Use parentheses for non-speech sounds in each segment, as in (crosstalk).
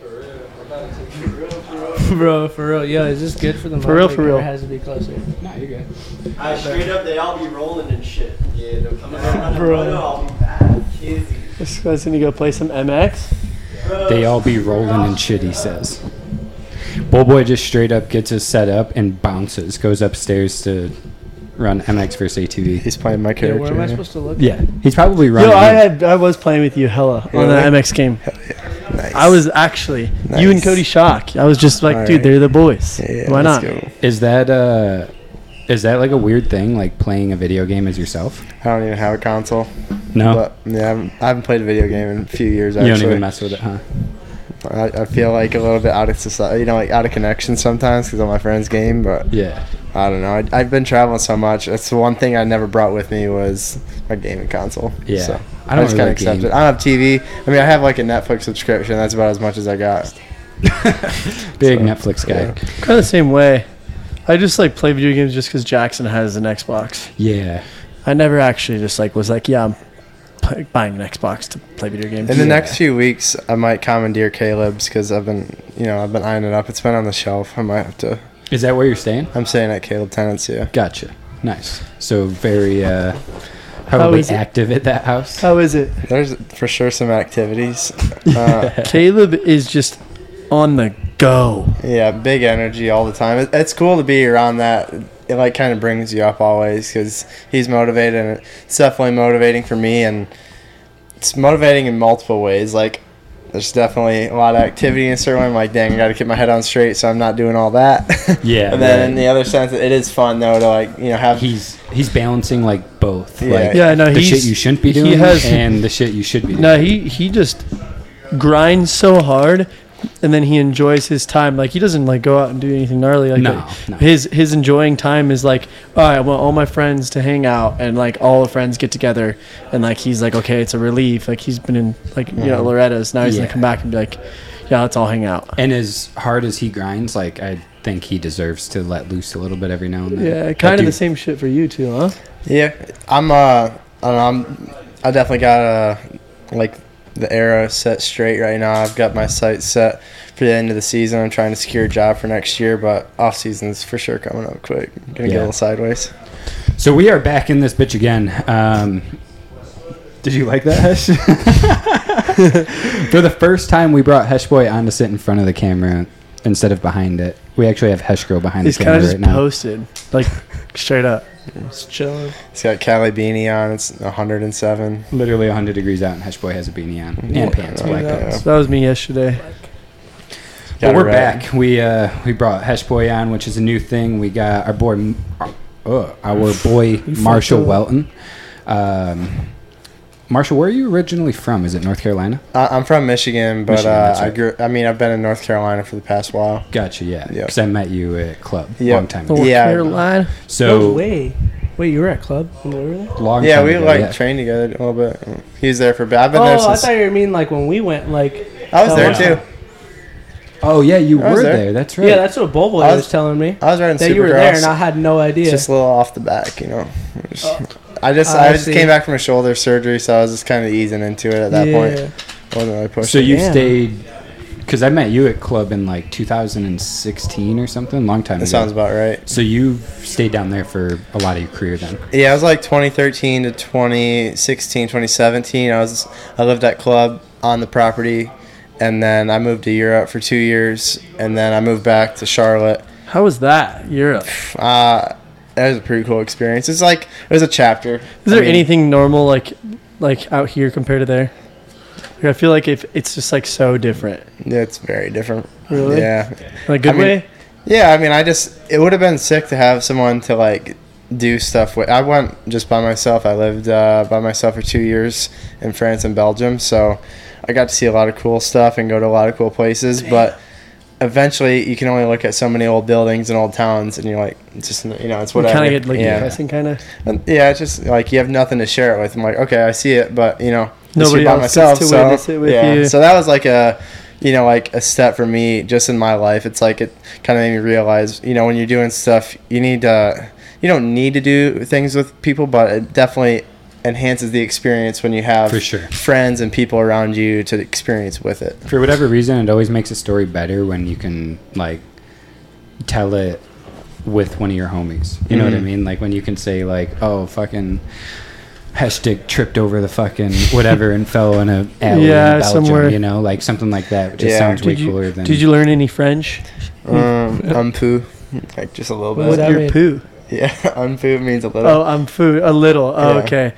(laughs) Bro, for real, yo, is this good for the mic? For real, Like, for real. Or has to be closer. Nah, you're good. I straight up, they all be rolling and shit. Yeah, no, I'm gonna (laughs) run a Bro. photo, I'll be back. Kizzy. This guy's gonna go play some MX. Bro, They all be rolling and shit, he says. Bull Boy just straight up gets his set up and bounces, goes upstairs to run MX versus ATV. He's playing my Yeah, character. where am I yeah. supposed to look? Yeah, he's probably running. Yo, I had I was playing with you hella on the Really? MX game. Nice. I was actually you and Nice. Cody Shock. I was just like, All dude, right. they're the boys. Yeah, Why let's not? go. is that uh, is that like a weird thing, like playing a video game as yourself? I don't even have a console. No, But yeah, I haven't, I haven't played a video game in a few years. you Actually, don't even mess with it, huh? I, I feel like a little bit out of society, you know, like out of connection sometimes because of my friend's game. But Yeah, I don't know. I, I've been traveling so much. That's the one thing I never brought with me was my gaming console. Yeah. So I I, don't just kind really of accept game. it. I don't have TV. I mean, I have like a Netflix subscription. That's about as much as I got. (laughs) big So, Netflix guy. Kind of the same way. I just like play video games just because Jackson has an Xbox. Yeah, I never actually just like was like, yeah, I'm pl- buying an Xbox to play video games. In the next few weeks, I might commandeer Caleb's because I've been, you know, I've been eyeing it up. It's been on the shelf. I might have to. is that where you're staying? I'm staying at Caleb Tenants. Yeah. Gotcha. Nice. So very uh, probably is it- active at that house. How is it? There's for sure some activities. Uh, Caleb is just on the go. yeah, big energy all the time. It, it's cool to be around that. It like kind of brings you up always because he's motivated, and it's definitely motivating for me, and it's motivating in multiple ways. Like, there's definitely a lot of activity in certain. way. I'm like, dang, I got to keep my head on straight, so I'm not doing all that. (laughs) Yeah, and then in right. the other sense, it is fun though to like you know have He's he's balancing like both. Yeah. Like, Yeah, no, the he's shit you shouldn't be doing He has and the shit you should be doing. no. He he just grinds so hard, and then he enjoys his time. Like he doesn't like go out and do anything gnarly like No, that. no. His his enjoying time is like, all right, I want all my friends to hang out, and like all the friends get together, and like he's like, okay, it's a relief. Like he's been in like you know Loretta's. Now he's Yeah. gonna come back and be like, yeah, let's all hang out. And as hard as he grinds, like I think he deserves to let loose a little bit every now and then. Yeah, That kind of the dude- same shit for you too, huh? Yeah, I'm. Uh, I don't know, I'm. I definitely got uh, like the arrow set straight right now. I've got my sights set for the end of the season. I'm trying to secure a job for next year, but off season's for sure coming up quick. gonna get Yeah. a little sideways. So we are back in this bitch again. Um, did you like that, Hesh? (laughs) For the first time, we brought Hesh Boy on to sit in front of the camera instead of behind it. We actually have Hesh Girl behind He's the kind camera of just right now. posted (laughs) like straight up. Just chilling. It's got Cali beanie on. It's 107. Literally 100 degrees out, and Hesh Boy has a beanie on and Yeah, pants. I black like that. pants. So that was me yesterday. But Got we're it right. back. We uh, we brought Hesh Boy on, which is a new thing. We got our boy, uh, our boy Marshall up. Welton. Um, Marshall, where are you originally from? Is it North Carolina? I, I'm from Michigan, but Michigan, uh, that's I right. grew. I mean, I've been in North Carolina for the past while. Gotcha. Yeah. Yeah. Because I met you at club Yeah. long time. North ago. Yeah. Carolina. No So Oh, way. Wait, you were at club? when we were there? long. yeah, time we ago, like yeah. trained together a little bit. He was there for. I've been Oh, there I since. thought you mean like when we went. Like I was Oh, there wow. too. Oh yeah, you I was were there. there. That's right. yeah, that's what Bobo I was, was- telling me I was riding that Supercross. you were there, and I had no idea. just a little off the back, you know. Just- I just I I, just see. came back from a shoulder surgery, so I was just kind of easing into it at that point. Wasn't really pushing. so you Damn. stayed. Because I met you at club in like 2016 or something, long time that ago. sounds about right. so you stayed down there for a lot of your career then. Yeah, I was like 2013 to 2016, 2017. I was I lived at club on the property, and then I moved to Europe for two years, and then I moved back to Charlotte. How was that Europe? Uh, that was a pretty cool experience. It's like it was a chapter. Is Is there anything normal like like out here compared to there? Like, I feel like if it's just like so different. Yeah, it's very different. Really? Yeah, In a good I mean- way? Yeah, I mean, I just it would have been sick to have someone to like do stuff with. I went just by myself. I lived uh, by myself for two years in France and Belgium, so I got to see a lot of cool stuff and go to a lot of cool places. But eventually, you can only look at so many old buildings and old towns, and you're like, it's just you know, it's whatever. Kind of get like yeah, depressing kind of. And- yeah. It's just like you have nothing to share it with. I'm like, okay, I see it, but you know, this Nobody year by else gets myself, to so- witness it with yeah. you. So that was like a, you know, like a step for me just in my life. It's like it kind of made me realize, you know, when you're doing stuff, you need to, you don't need to do things with people, but it definitely enhances the experience when you have For sure. friends and people around you to experience (laughs) with it. for whatever reason, it always makes a story better when you can like tell it with one of your homies. You know what Mm-hmm. I mean? Like when you can say like, "Oh, fucking." Heshtick tripped over the fucking whatever and fell in a alley Yeah, in Belgium, somewhere. you know, like something like that, which just Yeah. sounds way Did you, cooler than. did you learn any French? Um, unpoo, like just a little What does bit. that Your mean? poo. (laughs) Yeah, unpoo means a little. Oh, I'm food. A little. Oh, Yeah. okay.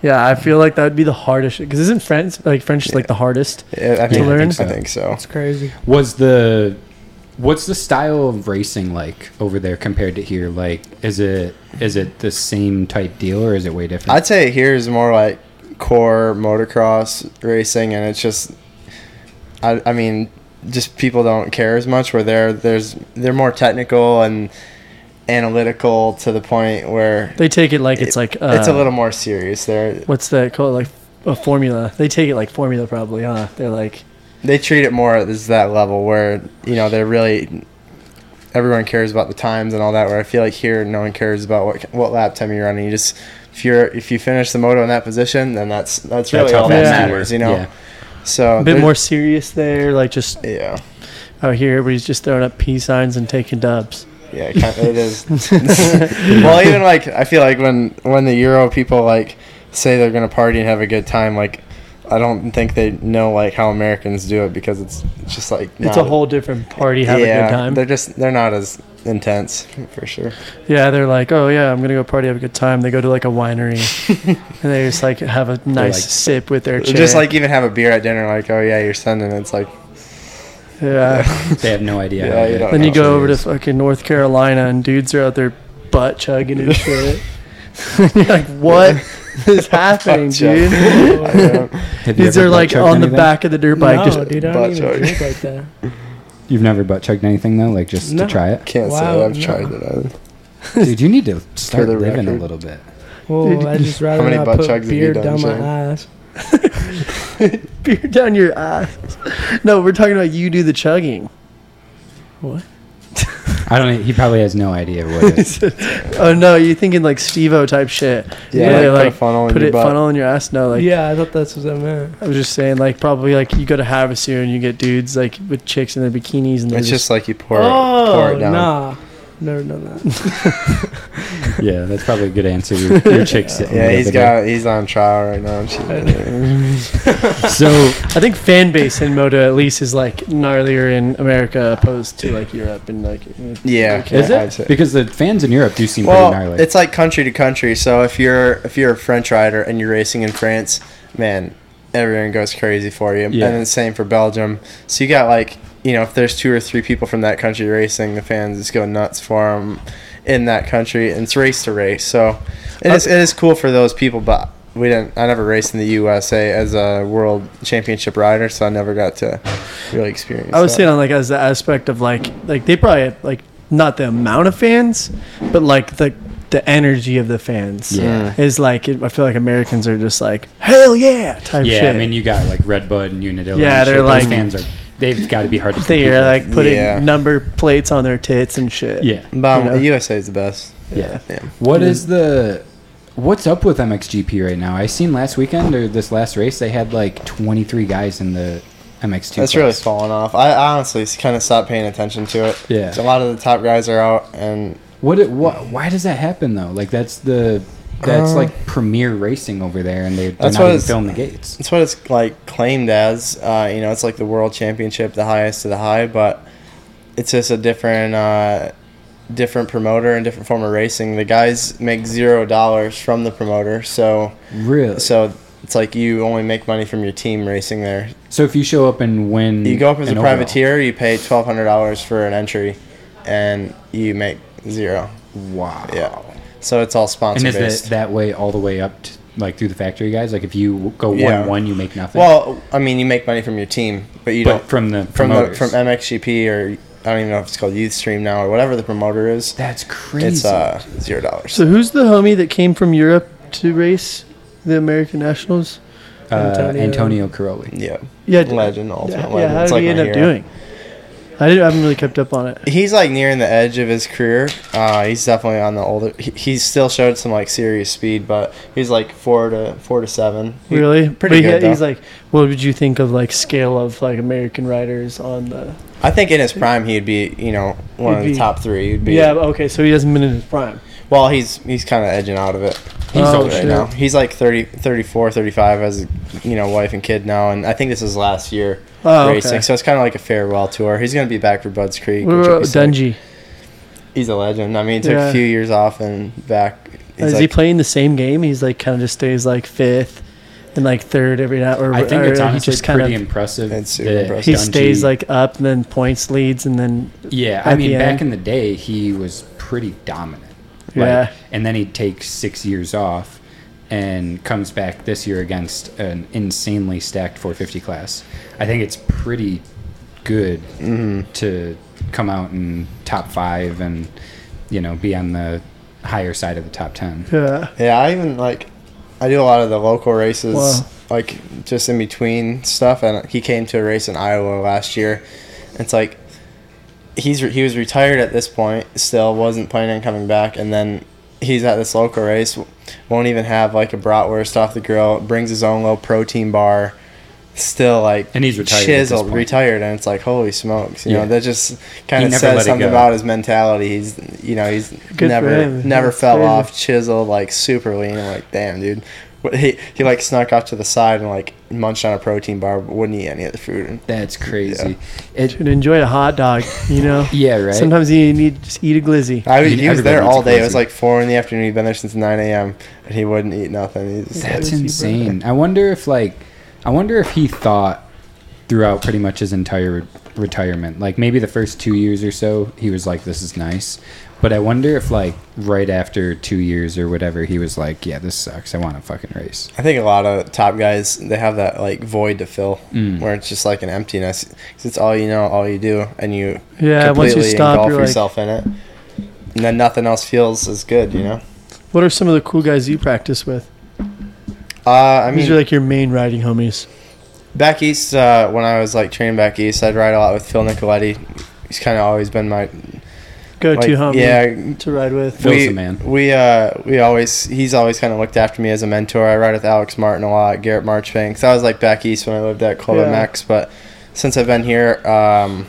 Yeah, I feel like that would be the hardest because isn't French like French is like the hardest? Yeah, I, think, learn? I think so. I think so. It's crazy. was the what's the style of racing like over there compared to here like is it is it the same type deal or is it way different I'd say here is more like core motocross racing, and it's just, I, I mean, just people don't care as much. Where they're there's they're more technical and analytical to the point where They take it like it's it- like uh, it's a little more serious. There, what's that called like a formula. They take it like formula probably, huh? They're like they treat it more as that level where you know they're really. Everyone cares about the times and all that. Where I feel like here, no one cares about what what lap time you're running. You just if you're if you finish the moto in that position, then that's that's really all that fast you matters. You know. So a bit there- more serious there. Like just (laughs) Yeah, out here, everybody's just throwing up peace signs and taking dubs. yeah, it kind (laughs) it is. (laughs) well, even like I feel like when when the Euro people like say they're gonna party and have a good time, like I don't think they know like how Americans do it because it's it's just like It's a not- whole different party. Have a good time. They're just they're not as intense for sure. Yeah, they're like, oh yeah, I'm gonna go party, have a good time. They go to like a winery, and they just like have a nice like- sip with their chair. Just like even have a beer at dinner, like oh yeah, you're sending. It's like yeah. they have no idea Yeah, you don't then you know. go over to fucking North Carolina, and dudes are out there butt chugging and shit. (laughs) You're like, what is happening, Butt chug. dude? (laughs) Have you Dudes ever are butt like chugged on the anything? back of the dirt bike. no, just, (laughs) dude, I butt don't even chug. drink like (laughs) that. you've never butt chugged anything though like just No. to try (laughs) it (laughs) can't say Wow, I've no. tried it. Either. dude you need to start the living a record. little bit Well, I just rather many not butt put chugs have you beer done, down Shane? my eyes. beer down your ass. (laughs) No, we're talking about you do the chugging. i don't e, he probably has no idea what it (laughs) is Oh no, you're thinking like Stevo type shit. Yeah, Where they, like, put a funnel in put your it butt. funnel in your ass. No, like yeah, I thought that's what that meant. I was just saying, like probably like you go to Harvest here and you get dudes like with chicks in their bikinis and they're It's just, just like you pour it, pour oh, it down. nah. Never done that. yeah that's probably a good answer your, your chick's sitting Yeah, the he's other day. got he's on trial right (laughs) now. (laughs) so I think fan base in Moda at least is like gnarlier in America opposed to like Europe and like Yeah, is I'd say- it because the fans in europe do seem Well, pretty gnarly it's like country to country. So if you're if you're a French rider and you're racing in France, man, everyone goes crazy for you. Yeah. And the same for Belgium. So you got like you know if there's two or three people from that country racing, the fans just go nuts for them in that country, and it's race to race. So it is it is cool for those people, but. We didn't. I never raced in the USA as a world championship rider, so I never got to really experience. I was that. saying on like as the aspect of like like they probably have, like not the amount of fans, but like the the energy of the fans Yeah. is like it, I feel like Americans are just like hell yeah type Yeah, shit. I mean, you got like Red Bud and Unadilla. Yeah, and shit. they're Those like- fans are. They've got to be hard to. compete they're with. like putting Yeah. number plates on their tits and shit. Yeah, But um, you know. the USA is the best. yeah. Yeah. What is the? What's up with MXGP right now? I seen last weekend or this last race, they had like 23 guys in the MX2. That's really class. fallen off. I honestly kind of stopped paying attention to it. Yeah. So a lot of the top guys are out, and What? It, what? Why does that happen though? Like that's the. That's Uh, like premier racing over there, and they, they're That's not what even it's- filming the gates. it's what it's like claimed as. Uh, you know, it's like the world championship, the highest to the high, but it's just a different, uh, different promoter and different form of racing. The guys make zero dollars from the promoter, so Really? So, so it's like you only make money from your team racing there. if you show up and win, You go up as an a overall- privateer, you pay twelve hundred dollars for an entry, and you make zero. Wow. Yeah. So it's all And sponsor is based. that that way all the way up, to, like through the factory guys? Like if you go one Yeah. one, you make nothing. Well, I mean, you make money from your team, but you but don't from the from the, promoters. from MXGP or I don't even know if it's called YouthStream now or whatever the promoter is. that's crazy. It's uh zero dollars. So who's the homie that came from Europe to race the American Nationals? Uh, Antonio- Antonio Caroli. Yeah, Yeah, d- legend, ultimate yeah, legend. how it's did like he my end up hero. doing? I, didn't, I haven't really kept up on it. he's like nearing the edge of his career. Uh, he's definitely on the older. He, he still showed some like serious speed, but he's like four to four to seven. He- Really? pretty But he- good. though. he's like, what would you think of like scale of like American writers on the? I think in his prime he'd be, you know, one He'd of the be- top three. He'd be. Yeah. Okay. So he hasn't been in his prime. Well, he's he's kind of edging out of it. He's Oh, old right shit. now. He's like 30, 34, 35 as you know, wife and kid now, and I think this is last year Oh. racing. Okay. So it's kind of like a farewell tour. He's gonna be back for Bud's Creek. What which would about be sick. Denji? He's a legend. I mean, he took Yeah. a few years off and back. He's Is like, he playing the same game? He's like kind of just stays like fifth and like third every night, or, I think or it's he honestly just kind pretty of impressive. It's super that impressive. he Dungey- stays like up and then points leads and then yeah. I at mean, the back end. in the day, he was pretty dominant. Like, Yeah. and then he takes six years off and comes back this year against an insanely stacked 450 class. I think it's pretty good Mm-hmm. to come out in top five and you know be on the higher side of the top ten. yeah. Yeah, I even like I do a lot of the local races, Wow. like just in between stuff. And he came to a race in Iowa last year. It's like he's re- he was retired at this point, still wasn't planning on coming back, and then he's at this local race, won't even have like a bratwurst off the grill, brings his own little protein bar. Still like And he's retired at this chiseled, point. retired, and it's like holy smokes, you Yeah. know that just He kind of never says let it something go. about his mentality. He's you know he's Good for never him. never That's fell crazy. off chiseled, like super lean. I'm like, damn, dude. What- He, he like snuck off to the side and like munched on a protein bar, but wouldn't eat any of the food. And That's crazy. It, Should enjoy a hot dog, you (laughs) know. yeah, right. Sometimes you need to just eat a glizzy. I was, You- he was everybody there eats all a day. It was glizzy. like four in the afternoon. He'd been there since nine a.m. and he wouldn't eat nothing. He's just like- Lucy That's Burger. insane. I wonder if like I wonder if he thought throughout pretty much his entire re- retirement, like maybe the first 2 years or so, he was like this is nice. But I wonder if like right after 2 years or whatever, he was like, yeah, this sucks. I want to fucking race. I think a lot of top guys they have that like void to fill Mm. where it's just like an emptiness. 'Cause it's all you know, all you do, and you Yeah. Once you completely stop, engulf you're like, yourself in it, and then nothing else feels as good. You know. what are some of the cool guys you practice with? Uh, I mean, These are like your main riding homies. back east uh, when i was like training back east i'd ride a lot with phil nicoletti he's kind of always been my Go like, to homie. yeah To ride with. Phil's we, the man. we uh we always he's always kind of looked after me as a mentor i ride with alex martin a lot garrett marchbank 'cause i was like back east when i lived at Colvin Yeah. Max, but since i've been here um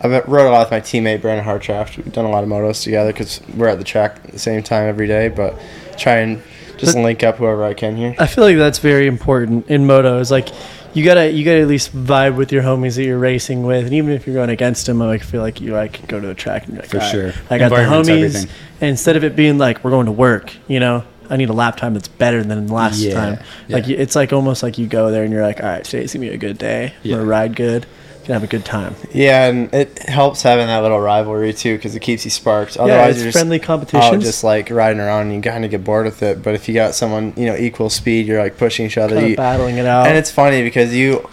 I've been- rode a lot with my teammate Brandon Hartraft. We've done a lot of motos together because we're at the track at the same time every day. But try and just But- link up whoever I can here. I feel like that's very important in moto. Is like you gotta you gotta at least vibe with your homies that you're racing with, and even if you're going against them, I like, feel like you like go to a track and be like, For "All right, sure. I got the Environment's homies. everything. And instead of it being like we're going to work, you know, I need a lap time that's better than the last Yeah, time. Like yeah. you- it's like almost like you go there and you're like, all right, today's gonna be a good day. Yeah. I'm gonna ride good. Gonna have a good time. Yeah, and it helps having that little rivalry too because it keeps you sparked. yeah, Otherwise, it's you're just friendly out competitions. just like riding around and you kind of get bored with it. But if you got someone you know equal speed, you're like pushing each other. kind You, of battling it out. and it's funny because you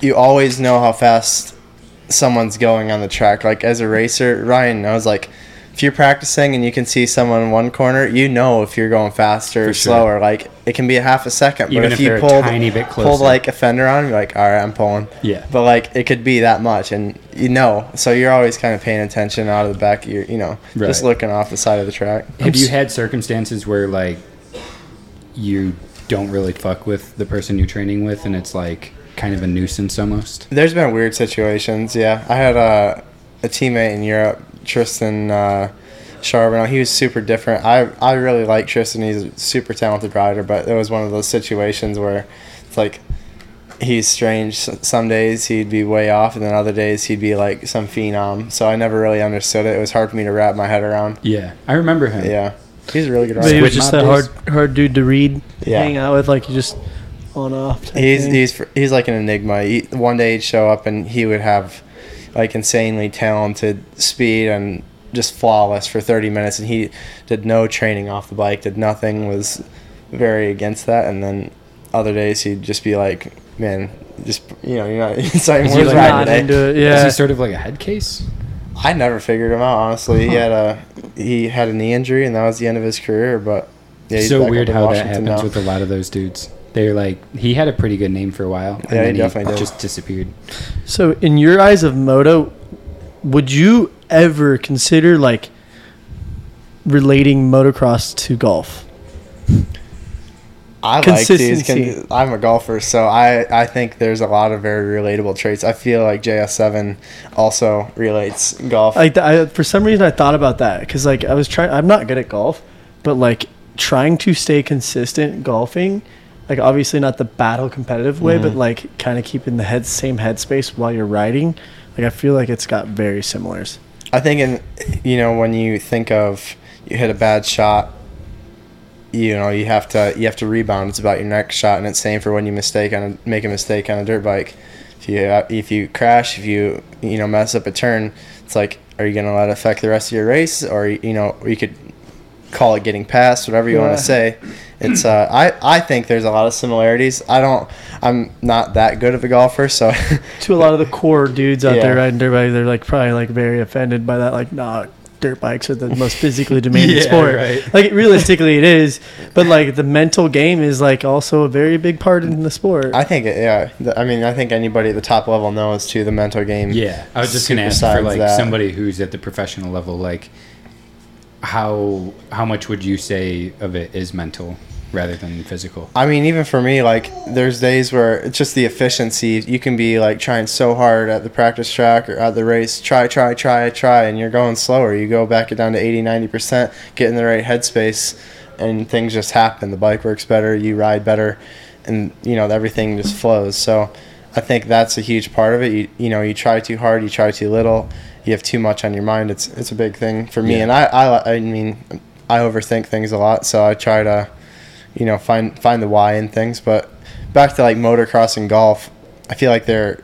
you always know how fast someone's going on the track. Like as a racer, Ryan knows like. If you're practicing and you can see someone in one corner, you know if you're going faster or For sure. slower. Like it can be a half a second, Even but if if, you they're a pulled, tiny bit pulled closer. like a fender on, you're like, all right, I'm pulling. Yeah. But like it could be that much, and you know, so you're always kind of paying attention out of the back of your, you know, just Right. looking off the side of the track. Have you had circumstances where like you don't really fuck with the person you're training with and it's like kind of a nuisance almost? There's been weird situations, yeah. I had a, a teammate in Europe, Tristan uh, Charbonneau. He was super different. I I really like Tristan. He's a super talented rider, but it was one of those situations where it's like he's strange. S- Some days he'd be way off, and then other days he'd be like some phenom. So I never really understood it. It was hard for me to wrap my head around. Yeah. I remember him. Yeah, he's a really good But he rider. was Switch just mob that hard days? hard dude to read, Yeah. hang out with, like you just on off. type He's thing. he's fr- he's like an enigma. He, one day he'd show up and he would have like insanely talented speed and just flawless for 30 minutes, and he did no training off the bike, did nothing, was very against that. And then other days he'd just be like, "Man, just you know, you're not (laughs) it's not even Is he worth like riding not today." into it. Is Yeah, he sort of like a head case? I never figured him out honestly. He had a he had a knee injury, and that was the end of his career. But yeah, he's back so up weird in how that Washington happens now. with a lot of those dudes. They're like he had a pretty good name for a while, and Yeah, he then he, definitely did. just disappeared. So, in your eyes of moto, would you ever consider like relating motocross to golf? I like these. Consistency. Con- I'm a golfer, so I, I think there's a lot of very relatable traits. I feel like JS7 also relates golf. Like th- I, for some reason, I thought about that because like I was trying. I'm not good at golf, but like trying to stay consistent golfing, like obviously not the battle competitive way, but like kind of keeping the head same headspace while you're riding. Like I feel like it's got very similars. I think, in you know, when you think of you hit a bad shot, you know, you have to you have to rebound. It's about your next shot, and it's same for when you mistake on a, make a mistake on a dirt bike. If you if you crash, if you you know mess up a turn, it's like, are you gonna let it affect the rest of your race, or you know, or you could call it getting past, whatever you want Yeah. to say. It's uh, I I think there's a lot of similarities. I don't I'm not that good of a golfer, so (laughs) To a lot of the core dudes out there Yeah. riding dirt bikes, they're like probably like very offended by that. Like, nah, dirt bikes are the most physically demanding (laughs) Yeah, sport. right. Like realistically, it is, but like the mental game is like also a very big part in the sport. I think yeah. th- I mean, I think anybody at the top level knows too the mental game. Yeah, I was just gonna ask for Besides like that- somebody who's at the professional level, like how how much would you say of it is mental rather than physical? I mean, even for me, like there's days where it's just the efficiency. You can be like trying so hard at the practice track or at the race, try, try, try, try, and you're going slower. You go back it down to 80, 90 percent, get in the right headspace, and things just happen. The bike works better, you ride better, and you know everything just flows. So I think that's a huge part of it. You you know you try too hard, you try too little, you have too much on your mind. It's it's a big thing for me, Yeah. and I, I I mean I overthink things a lot, so I try to you know find find the why in things but back to like motocross and golf i feel like they're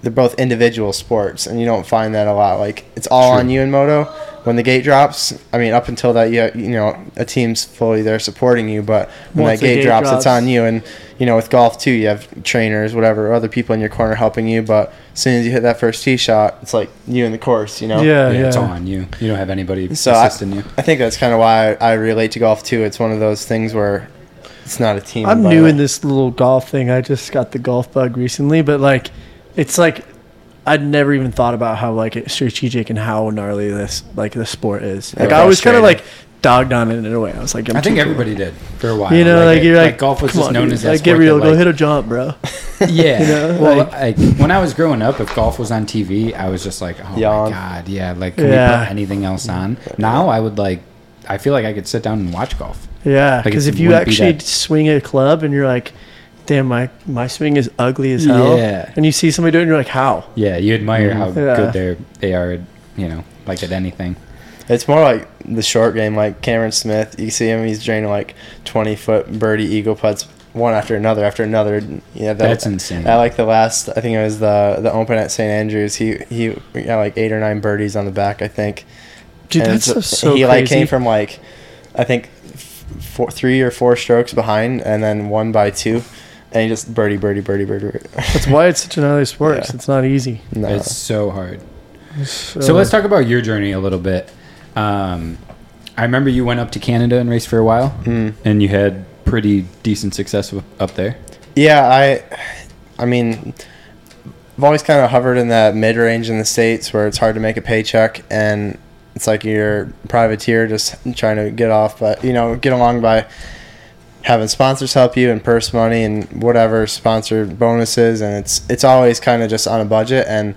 they're both individual sports and you don't find that a lot like it's all True. on you in moto when the gate drops i mean up until that you, you know a team's fully there supporting you but when Once that the gate, gate drops, drops- it's on you and you know with golf too you have trainers whatever other people in your corner helping you but as soon as you hit that first tee shot it's like you and the course you know yeah, yeah. Uh, yeah, it's all on you. You don't have anybody So I- assisting you. i think that's kind of why I, I relate to golf too it's one of those things where it's not a team I'm new environment. in this little golf thing. I just got the golf bug recently, but like, it's like I'd never even thought about how like strategic and how gnarly this like this sport is. Like I was kind of like frustrating. dogged on it in a way. I was like, I'm I think too everybody did for a while. cool. You know, like, it- you're like, golf was come just on, known dude. as that like sport get real, that, go like- hit a jump, bro. (laughs) Yeah. know, well, like- like, when I was growing up, if golf was on TV, I was just like, oh my Yawn. god, yeah. Like, can we Yeah. put anything else on? Now I would like. I feel like I could sit down and watch golf. Yeah, Like, because it if you wouldn't be actually that- swing a club and you're like, damn, my my swing is ugly as hell, Yeah. and you see somebody do it, and you're like, how? Mm-hmm. Yeah, you admire how Yeah. good they're they are. at, You know, like at anything. It's more like the short game, like Cameron Smith. You see him; he's draining like twenty foot birdie eagle putts, one after another after another. Yeah, that, That's insane. I like the last. I think it was the the Open at St Andrews. He he got like eight or nine birdies on the back. I think. Dude, And that's so, it's- so He crazy. like came from like, I think, f- four, three or four strokes behind, and then one by two, and he just birdie, birdie, birdie, birdie. (laughs) birdie. that's why it's such an (laughs) gnarly sport. Yeah. 'cause It's not easy. no. It's so hard. So let's talk about your journey a little bit. Um, I remember you went up to Canada and raced for a while, Hmm. and you had pretty decent success w- up there. Yeah, I, I mean, I've always kind of hovered in that mid range in the states where it's hard to make a paycheck, and it's like you're a privateer just trying to get off, but you know, get along by having sponsors help you and purse money and whatever sponsor bonuses, and it's it's always kind of just on a budget. And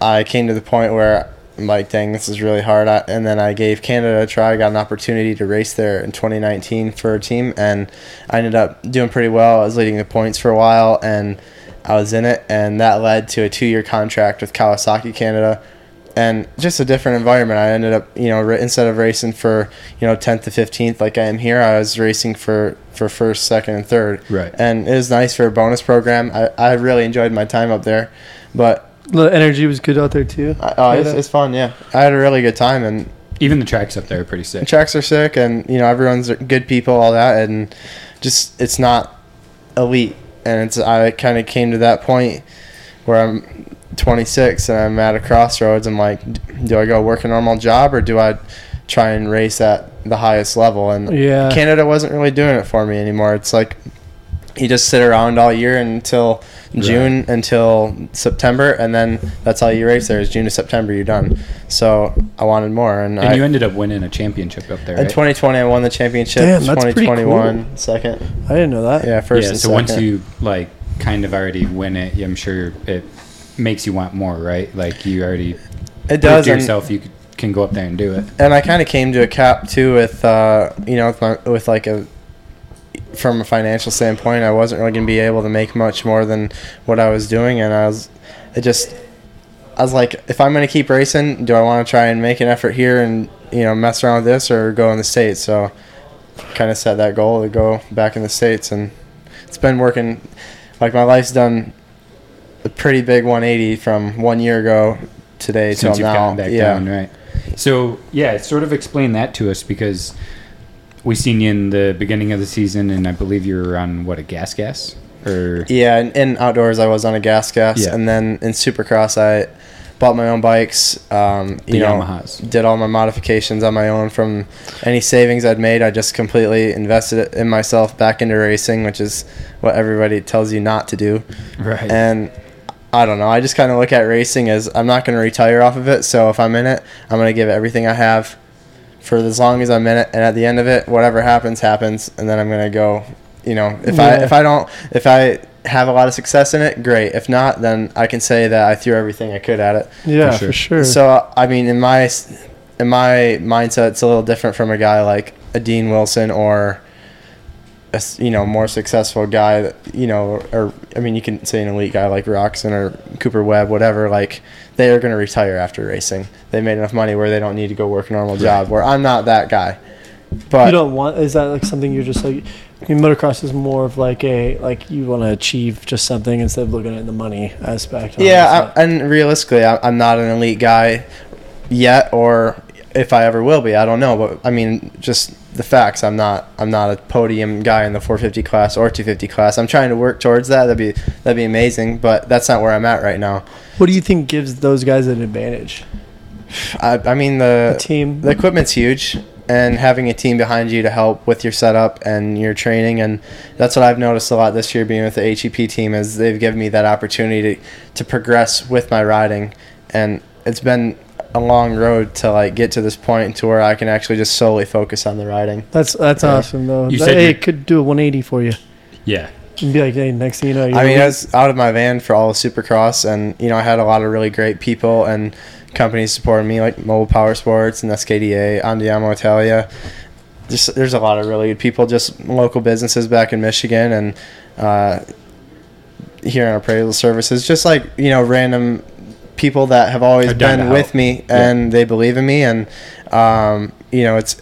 I came to the point where. I'm like, dang, this is really hard. I, and then I gave Canada a try. I got an opportunity to race there in 2019 for a team, and I ended up doing pretty well. I was leading the points for a while, and I was in it, and that led to a two-year contract with Kawasaki Canada, and just a different environment. I ended up, you know, ra- instead of racing for you know 10th to 15th like I am here, I was racing for for first, second, and third. Right. And it was nice for a bonus program. I, I really enjoyed my time up there, but The energy was good out there too. I- oh, it's, Canada. it's fun. Yeah, I had a really good time, and Even the tracks up there are pretty sick. tracks are sick and you know everyone's good people all that and just it's not elite and it's i kind of came to that point where i'm 26 and i'm at a crossroads i'm like d- do i go work a normal job or do i try and race at the highest level and Yeah. canada wasn't really doing it for me anymore it's like you just sit around all year until June until September, and then that's all you race there is June to September. You're done. So I wanted more, and, And I, you ended up winning a championship up there. in Right? 2020 I won the championship. Damn, that's pretty cool. 2021 second. I didn't know that. Yeah, first. yeah, and so second. once you like kind of already win it, I'm sure it makes you want more, right? Like you already it prove does to and- yourself you c- can go up there and do it. and I kind of came to a cap too with uh, you know with, my, with like a from a financial standpoint, I wasn't really gonna be able to make much more than what I was doing, and I was it just I was like, if I'm gonna keep racing, do I want to try and make an effort here and you know mess around with this or go in the states? So kind of set that goal to go back in the states, and it's been working. Like my life's done a pretty big 180 from one year ago today Since till you've now. gotten back yeah. down, right? So yeah, sort of explain that to us because we seen you in the beginning of the season, and I believe you were on what a gas gas or Yeah, in, in outdoors I was on a gas gas, Yeah. and then in Supercross I bought my own bikes. Um, you The know, Yamahas. did all my modifications on my own from any savings I'd made. I just completely invested it in myself back into racing, which is what everybody tells you not to do. right. And I don't know. I just kind of look at racing as I'm not going to retire off of it. So if I'm in it, I'm going to give everything I have for as long as I'm in it. And at the end of it, whatever happens, happens. And then I'm going to go. You know, if I Yeah. if I don't if I have a lot of success in it, great. If not, then I can say that I threw everything I could at it. Yeah, For sure. for sure. So I mean, in my in my mindset, it's a little different from a guy like a Dean Wilson or a s- you know more successful guy. That, you know, or I mean, you can say an elite guy like Roxon or Cooper Webb, whatever. Like they are going to retire after racing. They made enough money where they don't need to go work a normal job. Where I'm not that guy. But you don't want is that like something you're just like I mean, motocross is more of like a like you want to achieve just something instead of looking at the money aspect. of it. Yeah, I, and realistically, I, I'm not an elite guy yet, or if I ever will be, I don't know. But I mean, just the facts. I'm not. I'm not a podium guy in the 450 class or 250 class. I'm trying to work towards that. That'd be that'd be amazing. But that's not where I'm at right now. what do you think gives those guys an advantage? I, I mean A the team. Uh, the equipment's huge and having a team behind you to help with your setup and your training and that's what i've noticed a lot this year being with the hep team is they've given me that opportunity to, to progress with my riding and it's been a long road to like get to this point to where i can actually just solely focus on the riding that's that's Yeah. awesome though. You That- said hey, you- it could do a 180 for you. yeah, And be like, hey, next thing you know, you're I mean, I was out of my van for all of Supercross, and you know, I had a lot of really great people and companies supporting me, like Mobile Power Sports and SKDA, Andiamo Italia. Just there's a lot of really good people, just local businesses back in Michigan and uh, here in appraisal services, just like you know, random people that have always Are down to been help. with me and they believe in me, and um, you know, it's.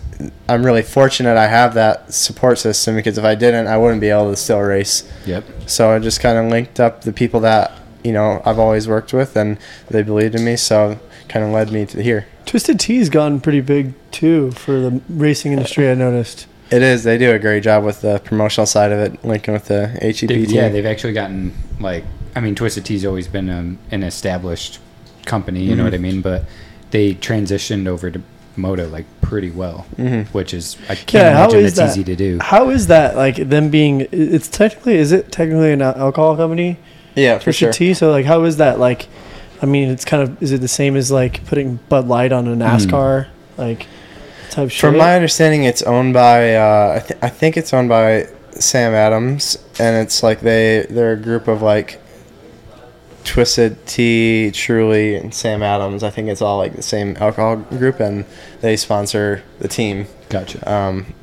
I'm really fortunate I have that support system because if I didn't, I wouldn't be able to still race. yep. So I just kind of linked up the people that you know I've always worked with, and they believed in me, so kind of led me to here. Twisted Tea's gotten pretty big too for the racing industry. I noticed. It is. They do a great job with the promotional side of it, linking with the HEB They've- team. yeah, they've actually gotten like I mean, Twisted Tea's always been um, an established company, you know what I Mm-hmm. mean? But they transitioned over to Moto like pretty well, Mm-hmm. which is I can't Yeah, how imagine is it's that? easy to do. How is that like them being? It's technically is it technically an alcohol company? yeah, for Twisted sure. Tea. So like, how is that like? I mean, it's kind of is it the same as like putting Bud Light on a Hmm. NASCAR like type shit? From my understanding, it's owned by uh, I, th- I think it's owned by Sam Adams, and it's like they they're a group of like Twisted Tea, Truly, and Sam Adams. I think it's all like the same alcohol group, and they sponsor the team. Gotcha. Um,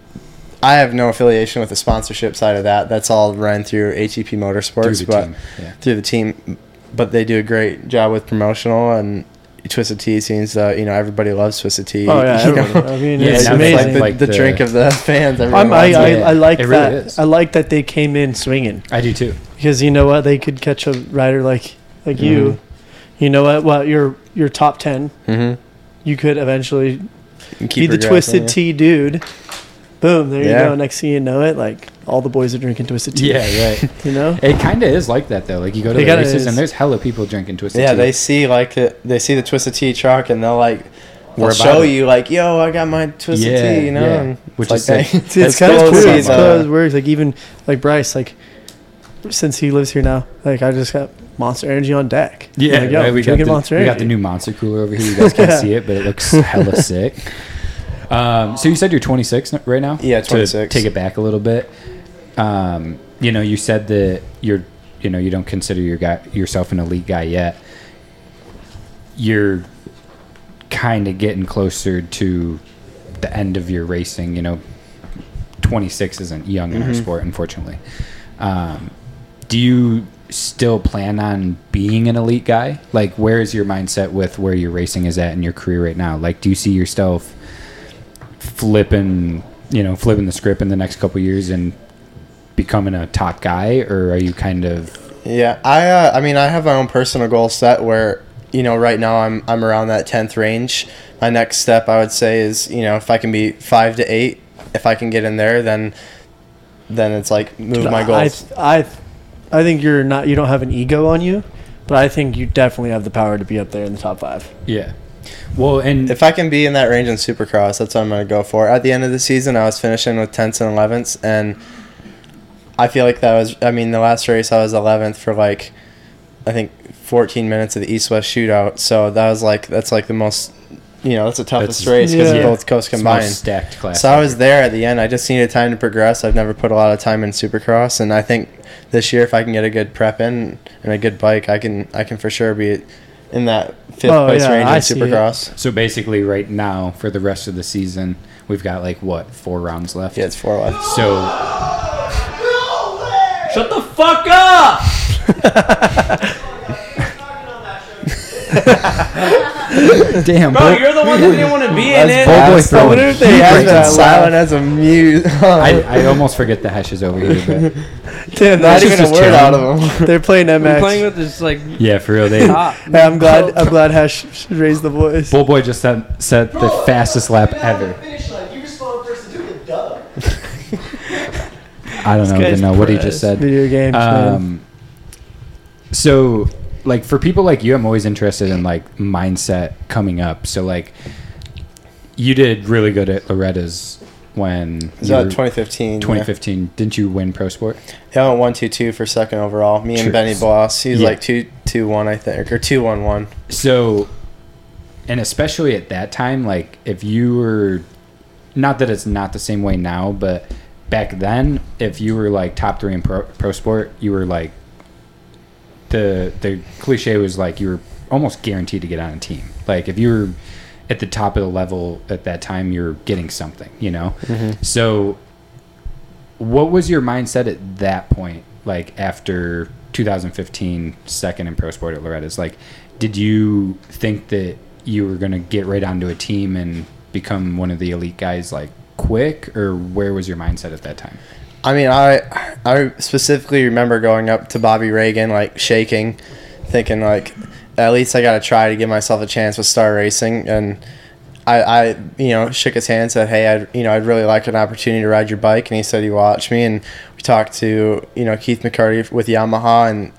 I have no affiliation with the sponsorship side of that. That's all run through HEP Through Motorsports, the but team, yeah. through the team. But they do a great job with promotional and Twisted Tea scenes. Uh, you know, everybody loves Twisted Tea. oh yeah, (laughs) you know? everyone- I mean, Yeah, it's now it's amazing. Like the, Like the the- drink of the (laughs) fans. everyone I'm, I, loves I, it. I like It really that. is. I like that they came in swinging I do too. because you know what they could catch a rider like like Mm-hmm. you. You know what? Well, you're you're top ten. You could eventually Mm-hmm. Keep be the twisted progressing, yeah. tea dude. Boom! There Yeah. you go. Next thing you know it, like all the boys are drinking twisted tea. right. you know. it kind of is like that though. Like you go to It the kinda races is. and there's hella people drinking Twisted Yeah, Tea. they see like the, they see the Twisted Tea truck, and they'll like. They'll We're about show it. you like, yo, I got my Twisted Yeah, Tea, you know, yeah. and Which (laughs) it's is like, sick. hey, See, it's, kind of cool, cool. it's uh, It's like, how uh, it works. Like even like Bryce, like since he lives here now, like I just got Monster Energy on deck. Yeah, like, yo, right, we, got drinking the, Monster we Energy. got the new monster cooler over (laughs) here. You guys can't Yeah. see it, but it looks hella sick. Um, so you said you're 26 n- right now. Yeah, To 26. take it back a little bit. Um, you know, you said that you're, you know, you don't consider your guy yourself an elite guy yet. You're kind of getting closer to the end of your racing. You know, 26 isn't young in our sport, unfortunately. Um, do you still plan on being an elite guy? Like, where is your mindset with where your racing is at in your career right now? Like, do you see yourself flipping, you know, flipping the script in the next couple years and becoming a top guy, or are you kind of Yeah, I uh, I mean I have my own personal goal set where you know right now I'm I'm around that tenth range. My next step I would say is you know if I can be five to eight, if I can get in there, then then it's like move my goals. I, I, I think you're not. You don't have an ego on you, but I think you definitely have the power to be up there in the top five. yeah? Well, and if I can be in that range in Supercross, that's what I'm going to go for. At the end of the season, I was finishing with 10s and 11s, and I feel like that was, I mean, the last race I was 11th for like, I think 14 minutes of the East West shootout. So that was like, that's like the most, you know, that's the toughest That's- race because Yeah. of both coasts it's the most combined. stacked class. So I was there at the end. I just needed time to progress. I've never put a lot of time in Supercross, and I think this year, if I can get a good prep in and a good bike, I can I can for sure be in that fifth Oh, place yeah, range I in see it. Supercross. So basically, right now for the rest of the season, we've got like what four rounds left. Yeah, it's four left. So (laughs) Shut the fuck up! damn, Bro, you're the one that didn't want to be in it. Bull Boy throwing. what are they- He has Brings been that silent as a mute. (laughs) I, I almost forget the hash is over here, but Damn, (laughs) Not that's even a just word out of (laughs) him. They're playing We're MX. playing with this like yeah, for real, they (laughs) top. Hey, I'm glad. I'm glad Hash raised the voice. Bull Boy just said, said the fastest lap ever. I don't know, guy's even know what he just said. Video games. man. Um, so, like for people like you, I'm always interested in like mindset coming up. So, like, you did really good at Loretta's when you So, were- 2015. 2015. Didn't you win pro sport? Yeah. I went one two two for second overall. Me and True. Benny Bloss. He's Yeah. like two two one, I think, or two one one. so and especially at that time like if you were not that it's not the same way now but back then if you were like top three in pro, pro sport you were like the the cliche was like you were almost guaranteed to get on a team like if you were at the top of the level at that time you're getting something you know so what was your mindset at that point like after 2015 second in pro sport at loretta's like did you think that you were going to get right onto a team and become one of the elite guys like quick or where was your mindset at that time I mean, I I specifically remember going up to Bobby Reagan like shaking, thinking like, at least I got to try to give myself a chance with Star Racing, and I, I you know shook his hand said, hey, I you know I'd really like an opportunity to ride your bike, and he said he watched me, and we talked to you know Keith McCarty with Yamaha, and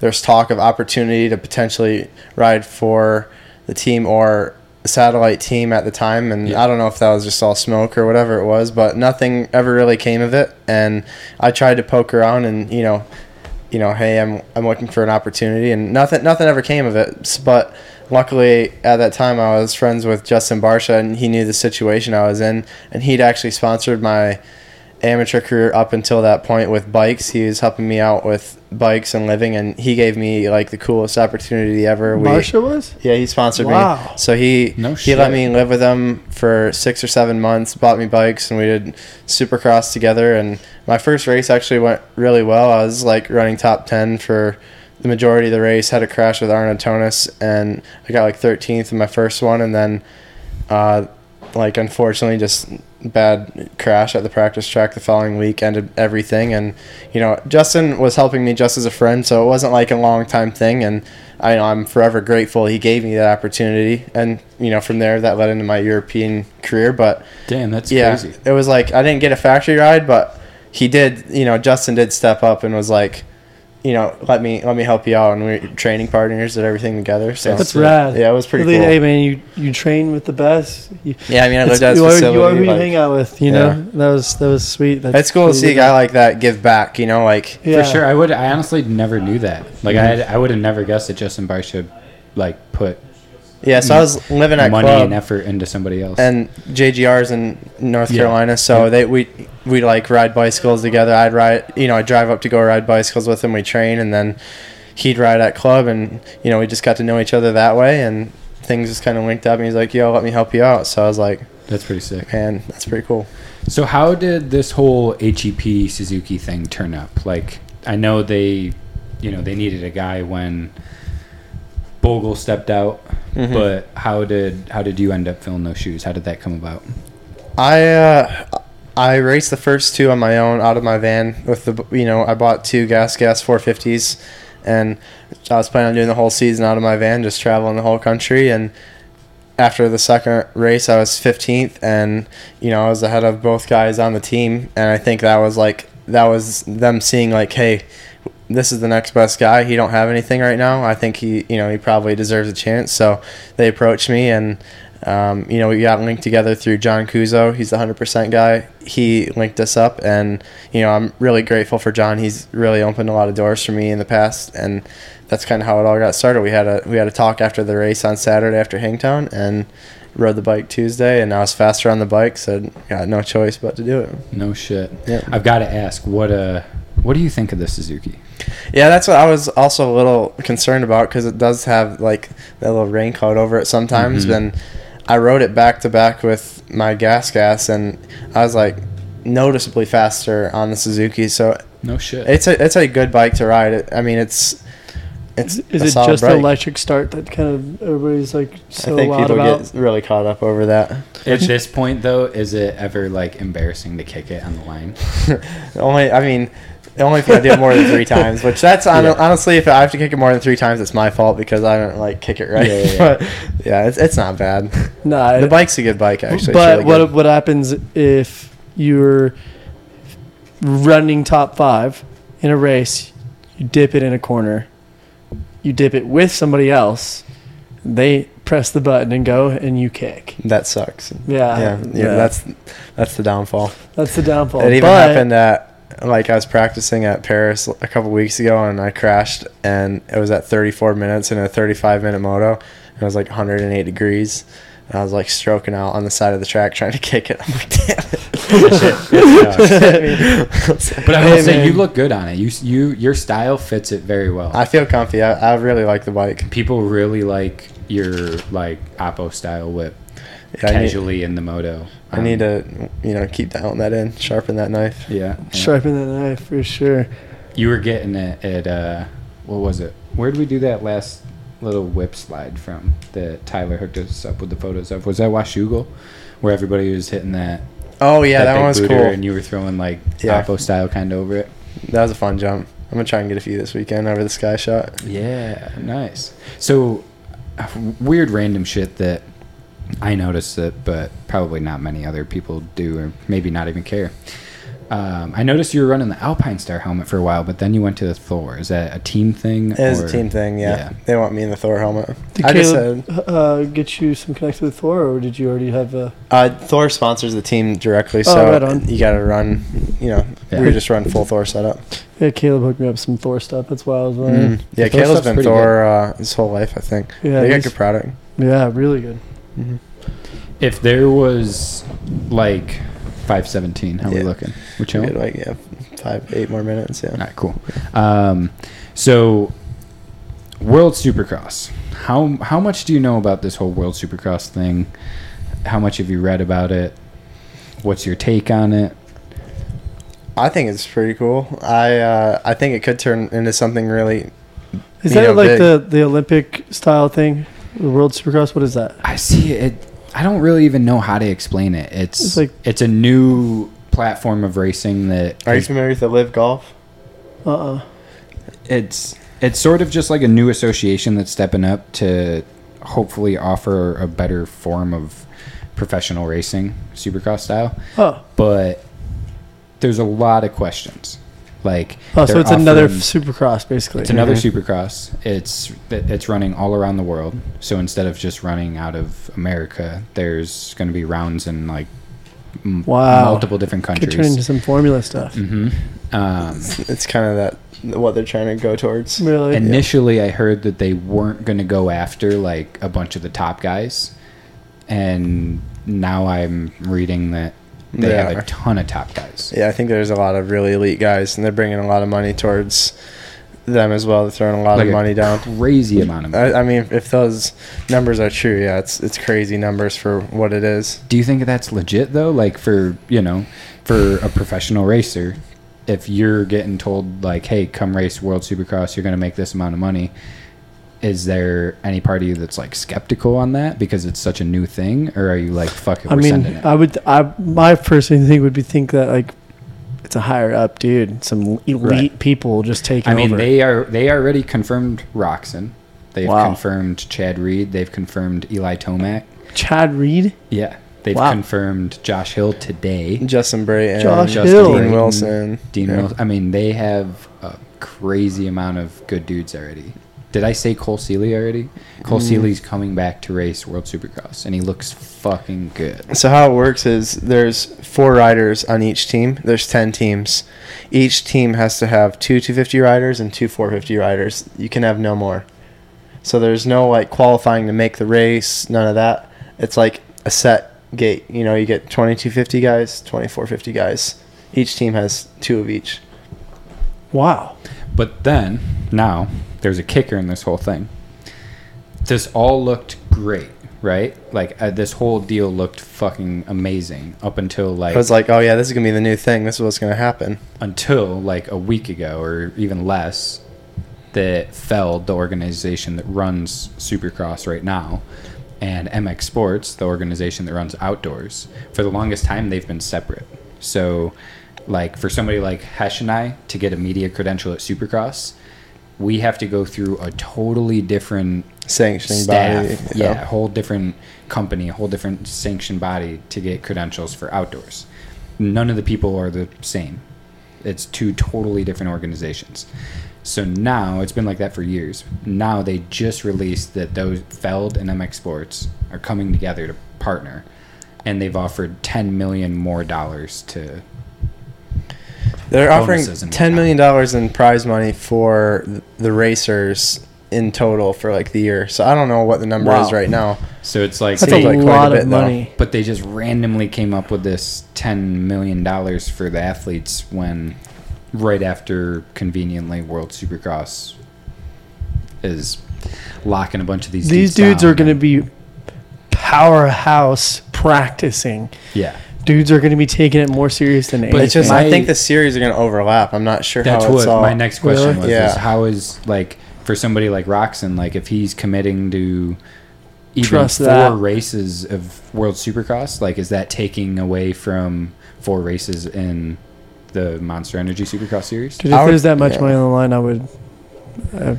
there's talk of opportunity to potentially ride for the team or a satellite team at the time and Yeah. I don't know if that was just all smoke or whatever it was but nothing ever really came of it and I tried to poke around and you know you know hey I'm I'm looking for an opportunity and nothing nothing ever came of it S- but luckily at that time I was friends with Justin Barsha and he knew the situation I was in and he'd actually sponsored my amateur career up until that point with bikes. He was helping me out with bikes and living, and he gave me like the coolest opportunity ever. We- Marsha was. yeah, he sponsored Wow. me. So he No he let shit. me live with him for six or seven months. Bought me bikes, and we did supercross together. And my first race actually went really well. I was like running top ten for the majority of the race. Had a crash with Arno Tonis, and I got like thirteenth in my first one. And then, uh, like unfortunately, just bad crash at the practice track the following week ended everything. And you know, Justin was helping me just as a friend, so it wasn't like a long time thing. And I, I'm forever grateful he gave me that opportunity. And, you know, from there, that led into my European career. But damn that's yeah, crazy it was like I didn't get a factory ride, but he did, you know, Justin did step up and was like, you know, let me let me help you out, and we we're training partners, did everything together. So That's rad. Yeah, it was pretty Really, cool. Hey man, you you train with the best. You, Yeah, I mean, I it's- lived at his you are, you are facility. who you like- hang out with. You Yeah. know that was that was sweet. That's it's cool to really see a good. guy like that give back. You know, like Yeah. For sure, I would. I honestly never knew that. Like I, had, I would have never guessed that Justin Barsha, like put yeah. So I was living at money club, and effort into somebody else. and JGR's in North Yeah. Carolina, so Yeah. they we we like ride bicycles together. I'd ride, you know, I would drive up to go ride bicycles with him. We train, and then he'd ride at club, and you know, we just got to know each other that way, and things just kind of linked up. And he's like, "Yo, let me help you out." So I was like, That's pretty sick. "Man, that's pretty cool." So how did this whole HEP Suzuki thing turn up? Like I know they, you know, they needed a guy when Bogle stepped out, Mhm. but how did how did you end up filling those shoes? How did that come about? I uh, I raced the first two on my own out of my van with the you know I bought two gas gas 450s and I was planning on doing the whole season out of my van just traveling the whole country and after the second race I was 15th and you know I was ahead of both guys on the team and I think that was like that was them seeing like hey this is the next best guy he don't have anything right now I think he you know he probably deserves a chance so they approached me and um, you know, we got linked together through John Kuzo. He's the 100% guy. He linked us up, and, you know, I'm really grateful for John. He's really opened a lot of doors for me in the past, and that's kind of how it all got started. We had a we had a talk after the race on Saturday after Hangtown, and rode the bike Tuesday, and I was faster on the bike, so got no choice but to do it. No shit. Yep. I've got to ask what uh what do you think of the Suzuki? Yeah, that's what I was also a little concerned about because it does have like that little raincoat over it sometimes. Mm-hmm. Mhm. And I rode it back to back with my gas gas, and I was like noticeably faster on the Suzuki. So No shit. it's a it's a good bike to ride. It, I mean, it's it's Is, a is it solid just the bike. electric start that kind of everybody's like I so think loud people about? get really caught up over that. At this point, though, is it ever like embarrassing to kick it on the line? Only I mean. Only if I do it more than (laughs) three times, which that's hon- Yeah. honestly, if I have to kick it more than three times, it's my fault because I don't like kick it right. Yeah, Yeah, yeah, yeah. (laughs) but yeah, it's, it's not bad. Nah, The it- bike's a good bike, actually. It's but really what good. what happens if you're running top five in a race? You dip it in a corner. You dip it with somebody else. They press the button and go, and you kick. that sucks. Uh, Yeah, yeah, yeah, that's that's the downfall. that's the downfall. it even But- (laughs) happened at like I was practicing at Paris a couple weeks ago, and I crashed, and it was at 34 minutes in a 35 minute moto, and it was like 108 degrees. And I was like stroking out on the side of the track trying to (laughs) kick it. I'm like, Yeah. (laughs) damn it. But I will Hey, say, you man. look good on it. You you your style fits it very well. I feel comfy. I, I really like the bike. People really like your like Oppo style whip, Yeah, I, need, casually in the moto. I Um, need to, you know, keep dialing that in, sharpen that knife. Yeah, yeah. Sharpen the knife for sure. You were getting it at uh, what was it? Where did we do that last little whip slide from that Tyler hooked us up with the photos of? Was that Washugal, where everybody was hitting that? Oh yeah, that, big one was booter cool. And you were throwing like Yeah. Oppo style kind of over it. That was a fun jump. I'm gonna try and get a few this weekend over the sky shot. Yeah, nice. So uh, weird random shit that I noticed that, but probably not many other people do, or maybe not even care. Um, I noticed you were running the Alpine Star helmet for a while, but then you went to the Thor. Is that a team thing? It is or- a team thing, yeah. yeah. They want me in the Thor helmet. Did I just Caleb said uh, get you some connected with Thor, or did you already have a? uh, Thor sponsors the team directly, so Oh, right on. you got to run. You know, Yeah. we were just run full Thor setup. Yeah, Caleb hooked me up some Thor stuff. That's why I was wondering. Mm. Yeah, The Thor Caleb's stuff's been pretty Thor uh, his whole life, I think. Yeah, they got he's- good product. yeah, really good. If there was like five seventeen, how we Yeah. looking? We chilling? Good, like yeah, five, eight more minutes. Yeah. All right, cool. Um, so, World Supercross. How how much do you know about this whole World Supercross thing? How much have you read about it? What's your take on it? I think it's pretty cool. I uh, I think it could turn into something really. Is you that know, like big. the, the Olympic style thing? The World Supercross? What is that? I see it. I don't really even know how to explain it. It's, It's like like- it's a new platform of racing that Are you has familiar with the Live Golf? Uh uh it's it's sort of just like a new association that's stepping up to hopefully offer a better form of professional racing supercross style Oh, but there's a lot of questions Like Oh, so they're it's another offering- supercross basically. it's another Mhm. supercross. It's it- it's running all around the world. So instead of just running out of America, there's going to be rounds in like m- Wow. multiple different Could turn into countries. some formula stuff. hmm Um, It's kind of that what they're trying to go towards. Really? initially, I heard that they weren't going to go after like a bunch of the top guys, and now I'm reading that they They have are. a ton of top guys. Yeah, I think there's a lot of really elite guys, and they're bringing a lot of money towards them as well. They're throwing a lot Like of a money down. Crazy amount of money. I, I mean, if those numbers are true, yeah, it's it's crazy numbers for what it is. Do you think that's legit though? Like for you know, for a professional racer, if you're getting told like, "Hey, come race World Supercross, you're going to make this amount of money," is there any part of you that's like skeptical on that because it's such a new thing, or are you like, "Fuck it, I we're mean, uh, sending it"? I would. I my first thing would be think that like it's a higher up dude, some elite Right. people just taking I mean, over. they are they already confirmed Roxon. They've Wow. confirmed Chad Reed. They've confirmed Eli Tomac. Chad Reed, Yeah, they've Wow. confirmed Josh Hill today. Justin Bray and Josh Dean Justin Hill. Brayton, Wilson. Dean Yeah. Wilson. I mean, they have a crazy amount of good dudes already. Did I say Cole Seeley already? Cole Seeley's coming back to race World Supercross, and he looks fucking good. So how it works is there's four riders on each team. There's ten teams. Each team has to have two 250 riders and two 450 riders. You can have no more. So there's no like qualifying to make the race. None of that. It's like a set gate. You know, you get 2250 guys, 2450 guys. Each team has two of each. wow, But then, now, there's a kicker in this whole thing. This all looked great, right? Like, uh, this whole deal looked fucking amazing up until like, I was like, oh yeah, this is gonna be the new thing. This is what's gonna happen. until like a week ago or even less that felled the organization that runs supercross right now and mx sports the organization that runs outdoors for the longest time they've been separate so like for somebody like hesh and i to get a media credential at supercross we have to go through a totally different Sanctioning staff, body. you yeah, know. whole different company, whole different sanctioned body to get credentials for outdoors. None of the people are the same. It's two totally different organizations. So now it's been like that for years. Now they just released that those Feld and MX Sports are coming together to partner, and they've offered ten million more dollars to They're offering bonuses and ten million dollars in prize money for th- the racers in total for like the year. So I don't know what the number is Wow. right now. so it's like that's Seems a like quite a lot of bit, though. money. but they just randomly came up with this ten million dollars for the athletes when right after conveniently World Supercross is locking a bunch of these These dudes down. are going to be powerhouse practicing. yeah Dudes are going to be taking it more serious than But It's anything. just My- I think the series are going to overlap. I'm not sure that's how what it's all. my next question Really? was Yeah. is how is like for somebody like Roxon like if he's committing to even Trust four that. races of World Supercross like is that taking away from four races in the Monster Energy Supercross series Dude, I if would- there's that much yeah. money on the line, I would. Uh,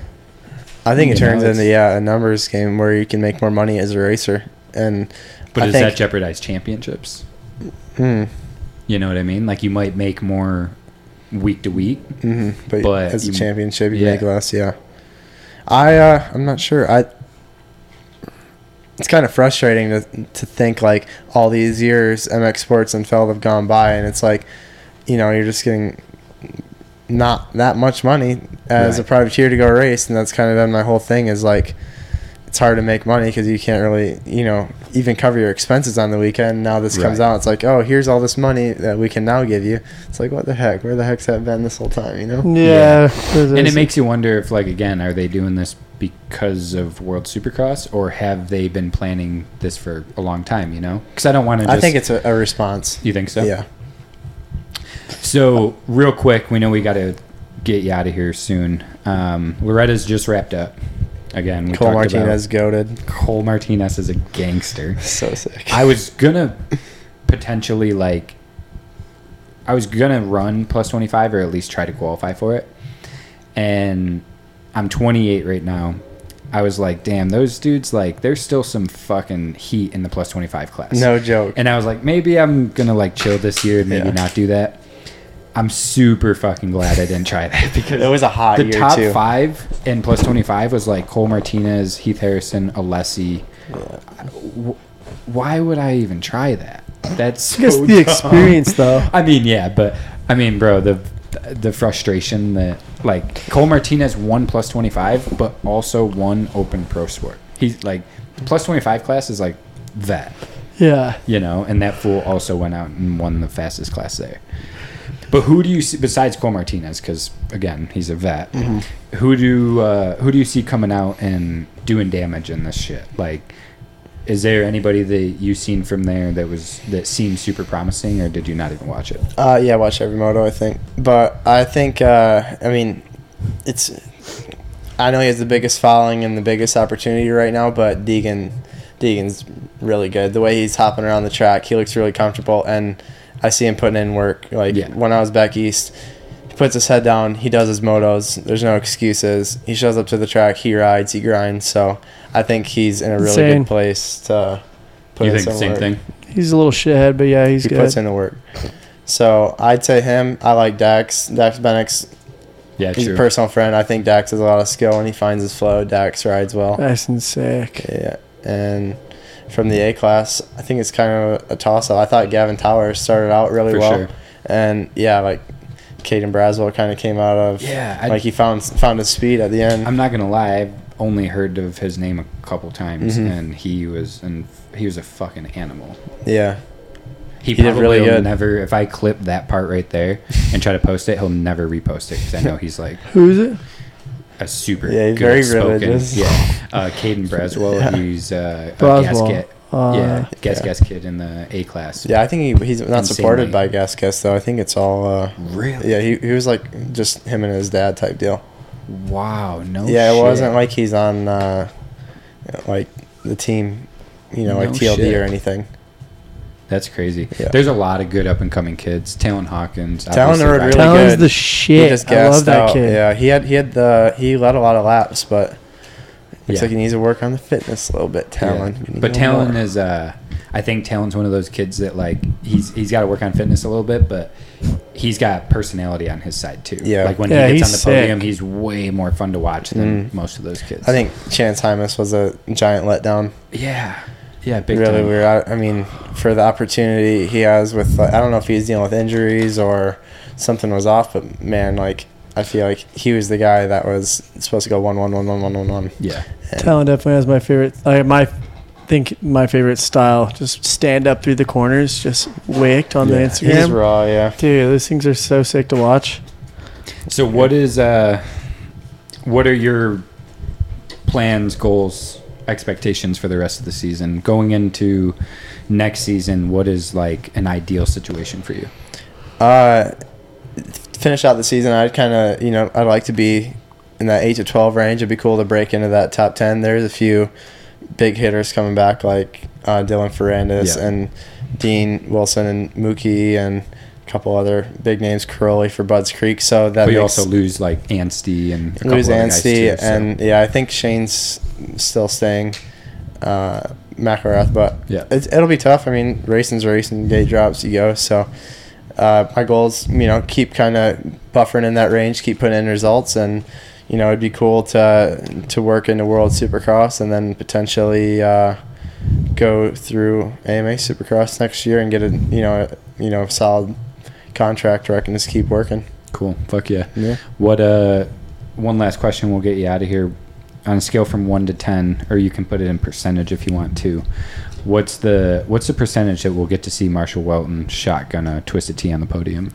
I think it you know, turns it's- into yeah a numbers game where you can make more money as a racer. And But I does think- that jeopardize championships? hmm, You know what I mean? Like you might make more week to week. hmm but, But as a you- championship, you yeah. make less. Yeah, I uh, I'm not sure. I it's kind of frustrating to to think like all these years MX Sports and Feld have gone by, and it's like you know you're just getting not that much money as a Right. privateer to go race, and that's kind of been my whole thing is like it's hard to make money because you can't really you know even cover your expenses on the weekend. Now this comes Right. out, it's like oh here's all this money that we can now give you. It's like what the heck? Where the heck's that been this whole time? You know? yeah, And it makes you wonder if like again, are they doing this because of World Supercross or have they been planning this for a long time, you know? Cuz I don't want to just I think it's a, a response. you think so? Yeah. So, real quick, we know we got to get you out of here soon. Um, Loretta's just wrapped up. Again, we Cole talked Martinez goaded. (laughs) about Cole Martinez is a gangster. So sick. I was gonna potentially like I was gonna run plus twenty five or at least try to qualify for it. And I'm twenty eight right now. I was like, damn, those dudes like there's still some fucking heat in the plus twenty five class. no joke. And I was like, maybe I'm gonna like chill this year and maybe Yeah. not do that. I'm super fucking glad I didn't try that (laughs) because It was a hot the year top too. five in plus 25 was like Cole Martinez, Heath Harrison, Alessi. W Why would I even try that? That's I guess so the dumb. experience, though. I mean, yeah, but I mean, bro, the the frustration that like Cole Martinez won plus 25, but also won Open Pro Sport. He's like plus 25 class is like that (laughs) Yeah. you know, and that fool also went out and won the fastest class there. But who do you see besides Cole Martinez? Because again, he's a vet. Mm-hmm. Who do uh, who do you see coming out and doing damage in this shit? Like, is there anybody that you seen from there that was that seemed super promising, or did you not even watch it? Uh, yeah, watch every moto, I think. But I think, uh, I mean, it's. I know he has the biggest following and the biggest opportunity right now, but Deegan, Deegan's really good. The way he's hopping around the track, he looks really comfortable, and I see him putting in work. Like Yeah. when I was back east, he puts his head down, he does his motos. There's no excuses. He shows up to the track, he rides, he grinds. So I think he's in a really Insane. good place to. Put in some work He's a little shithead, but yeah, he's he good. puts in the work. So I'd say him. I like Dax. Dax Benix. Yeah, He's true. a personal friend. I think Dax has a lot of skill and he finds his flow. Dax rides well. Nice and sick. Yeah. And from the A class, I think it's kind of a toss up. I thought Gavin Towers started out really For well. sure. And yeah, like Caden Braswell kind of came out of. Yeah, I- like he found found his speed at the end. I'm not gonna lie. I've only heard of his name a couple times, Mhm. and he was and he was a fucking animal. yeah. He, He did probably really will good. never. If I clip that part right there and try to post it, he'll never repost it because I know he's like Who is it? a super Yeah, he's good very spoken. religious. (laughs) Yeah, uh, Caden Braswell, Yeah. who's uh, a Broswell. gasket. Uh, yeah, gas yeah. gas kid in the A class. Yeah, I think he, he's not Insane supported weight. by Gasquez, though. I think it's all. Uh, really. yeah, he, he was like just him and his dad type deal. Wow. No. yeah, it Oh, shit. wasn't like he's on uh, like the team, you know, like No TLD or shit. anything. That's crazy. Yeah. There's a lot of good up and coming kids. Talon Hawkins. Talon obviously, rode Ryan- really Talon's good. the He shit. I gassed love that out. kid. Yeah, he had he had the he led a lot of laps, but looks Yeah. like he needs to work on the fitness a little bit. Talon, Yeah. We need But him Talon more. is uh I think Talon's one of those kids that like he's he's got to work on fitness a little bit, but he's got personality on his side too. Yeah. Like when Yeah, he he's gets on the podium, sick. he's way more fun to watch than most of those kids. Mm. I think Chance Hymus was a giant letdown. Yeah. Yeah, big really time. weird. I, I mean, for the opportunity he has with, like, I don't know if he's dealing with injuries or something was off, but man, like I feel like he was the guy that was supposed to go one one one one one one one. Yeah. Talon definitely has my favorite. I my think my favorite style. Just stand up through the corners, just wicked on the Yeah. He's Instagram. raw, yeah. Dude, those things are so sick to (laughs) watch. So what is uh what are your plans, goals, expectations for the rest of the season? Going into next season, what is like an ideal situation for you? Uh, finish out the season, I'd kind of, you know, I'd like to be in that 8 to 12 range. It'd be cool to break into that top 10. There's a few big hitters coming back, like uh, Dylan Ferrandis Yeah. and Dean Wilson and Mookie and a couple other big names, Crowley for Budds Creek. So that but you makes- also lose like Anstey and a couple lose other guys Anstey, too, so- and yeah, I think Shane's still staying. Uh, McElrath, but Yeah. it's, it'll be tough. I mean, racing's racing, day drops, you go. So, uh, my goal is, you know, keep kind of buffering in that range, keep putting in results, and you know, it'd be cool to to work into World Supercross and then potentially uh, go through AMA Supercross next year and get a you know a, you know a solid contract. Where I can just keep working. cool. Fuck yeah. Yeah. What uh one last question we'll get you out of here. On a scale from one to ten, or you can put it in percentage if you want to. What's the what's the percentage that we'll get to see Marshall Welton shotgun a twisted T on the (laughs) podium?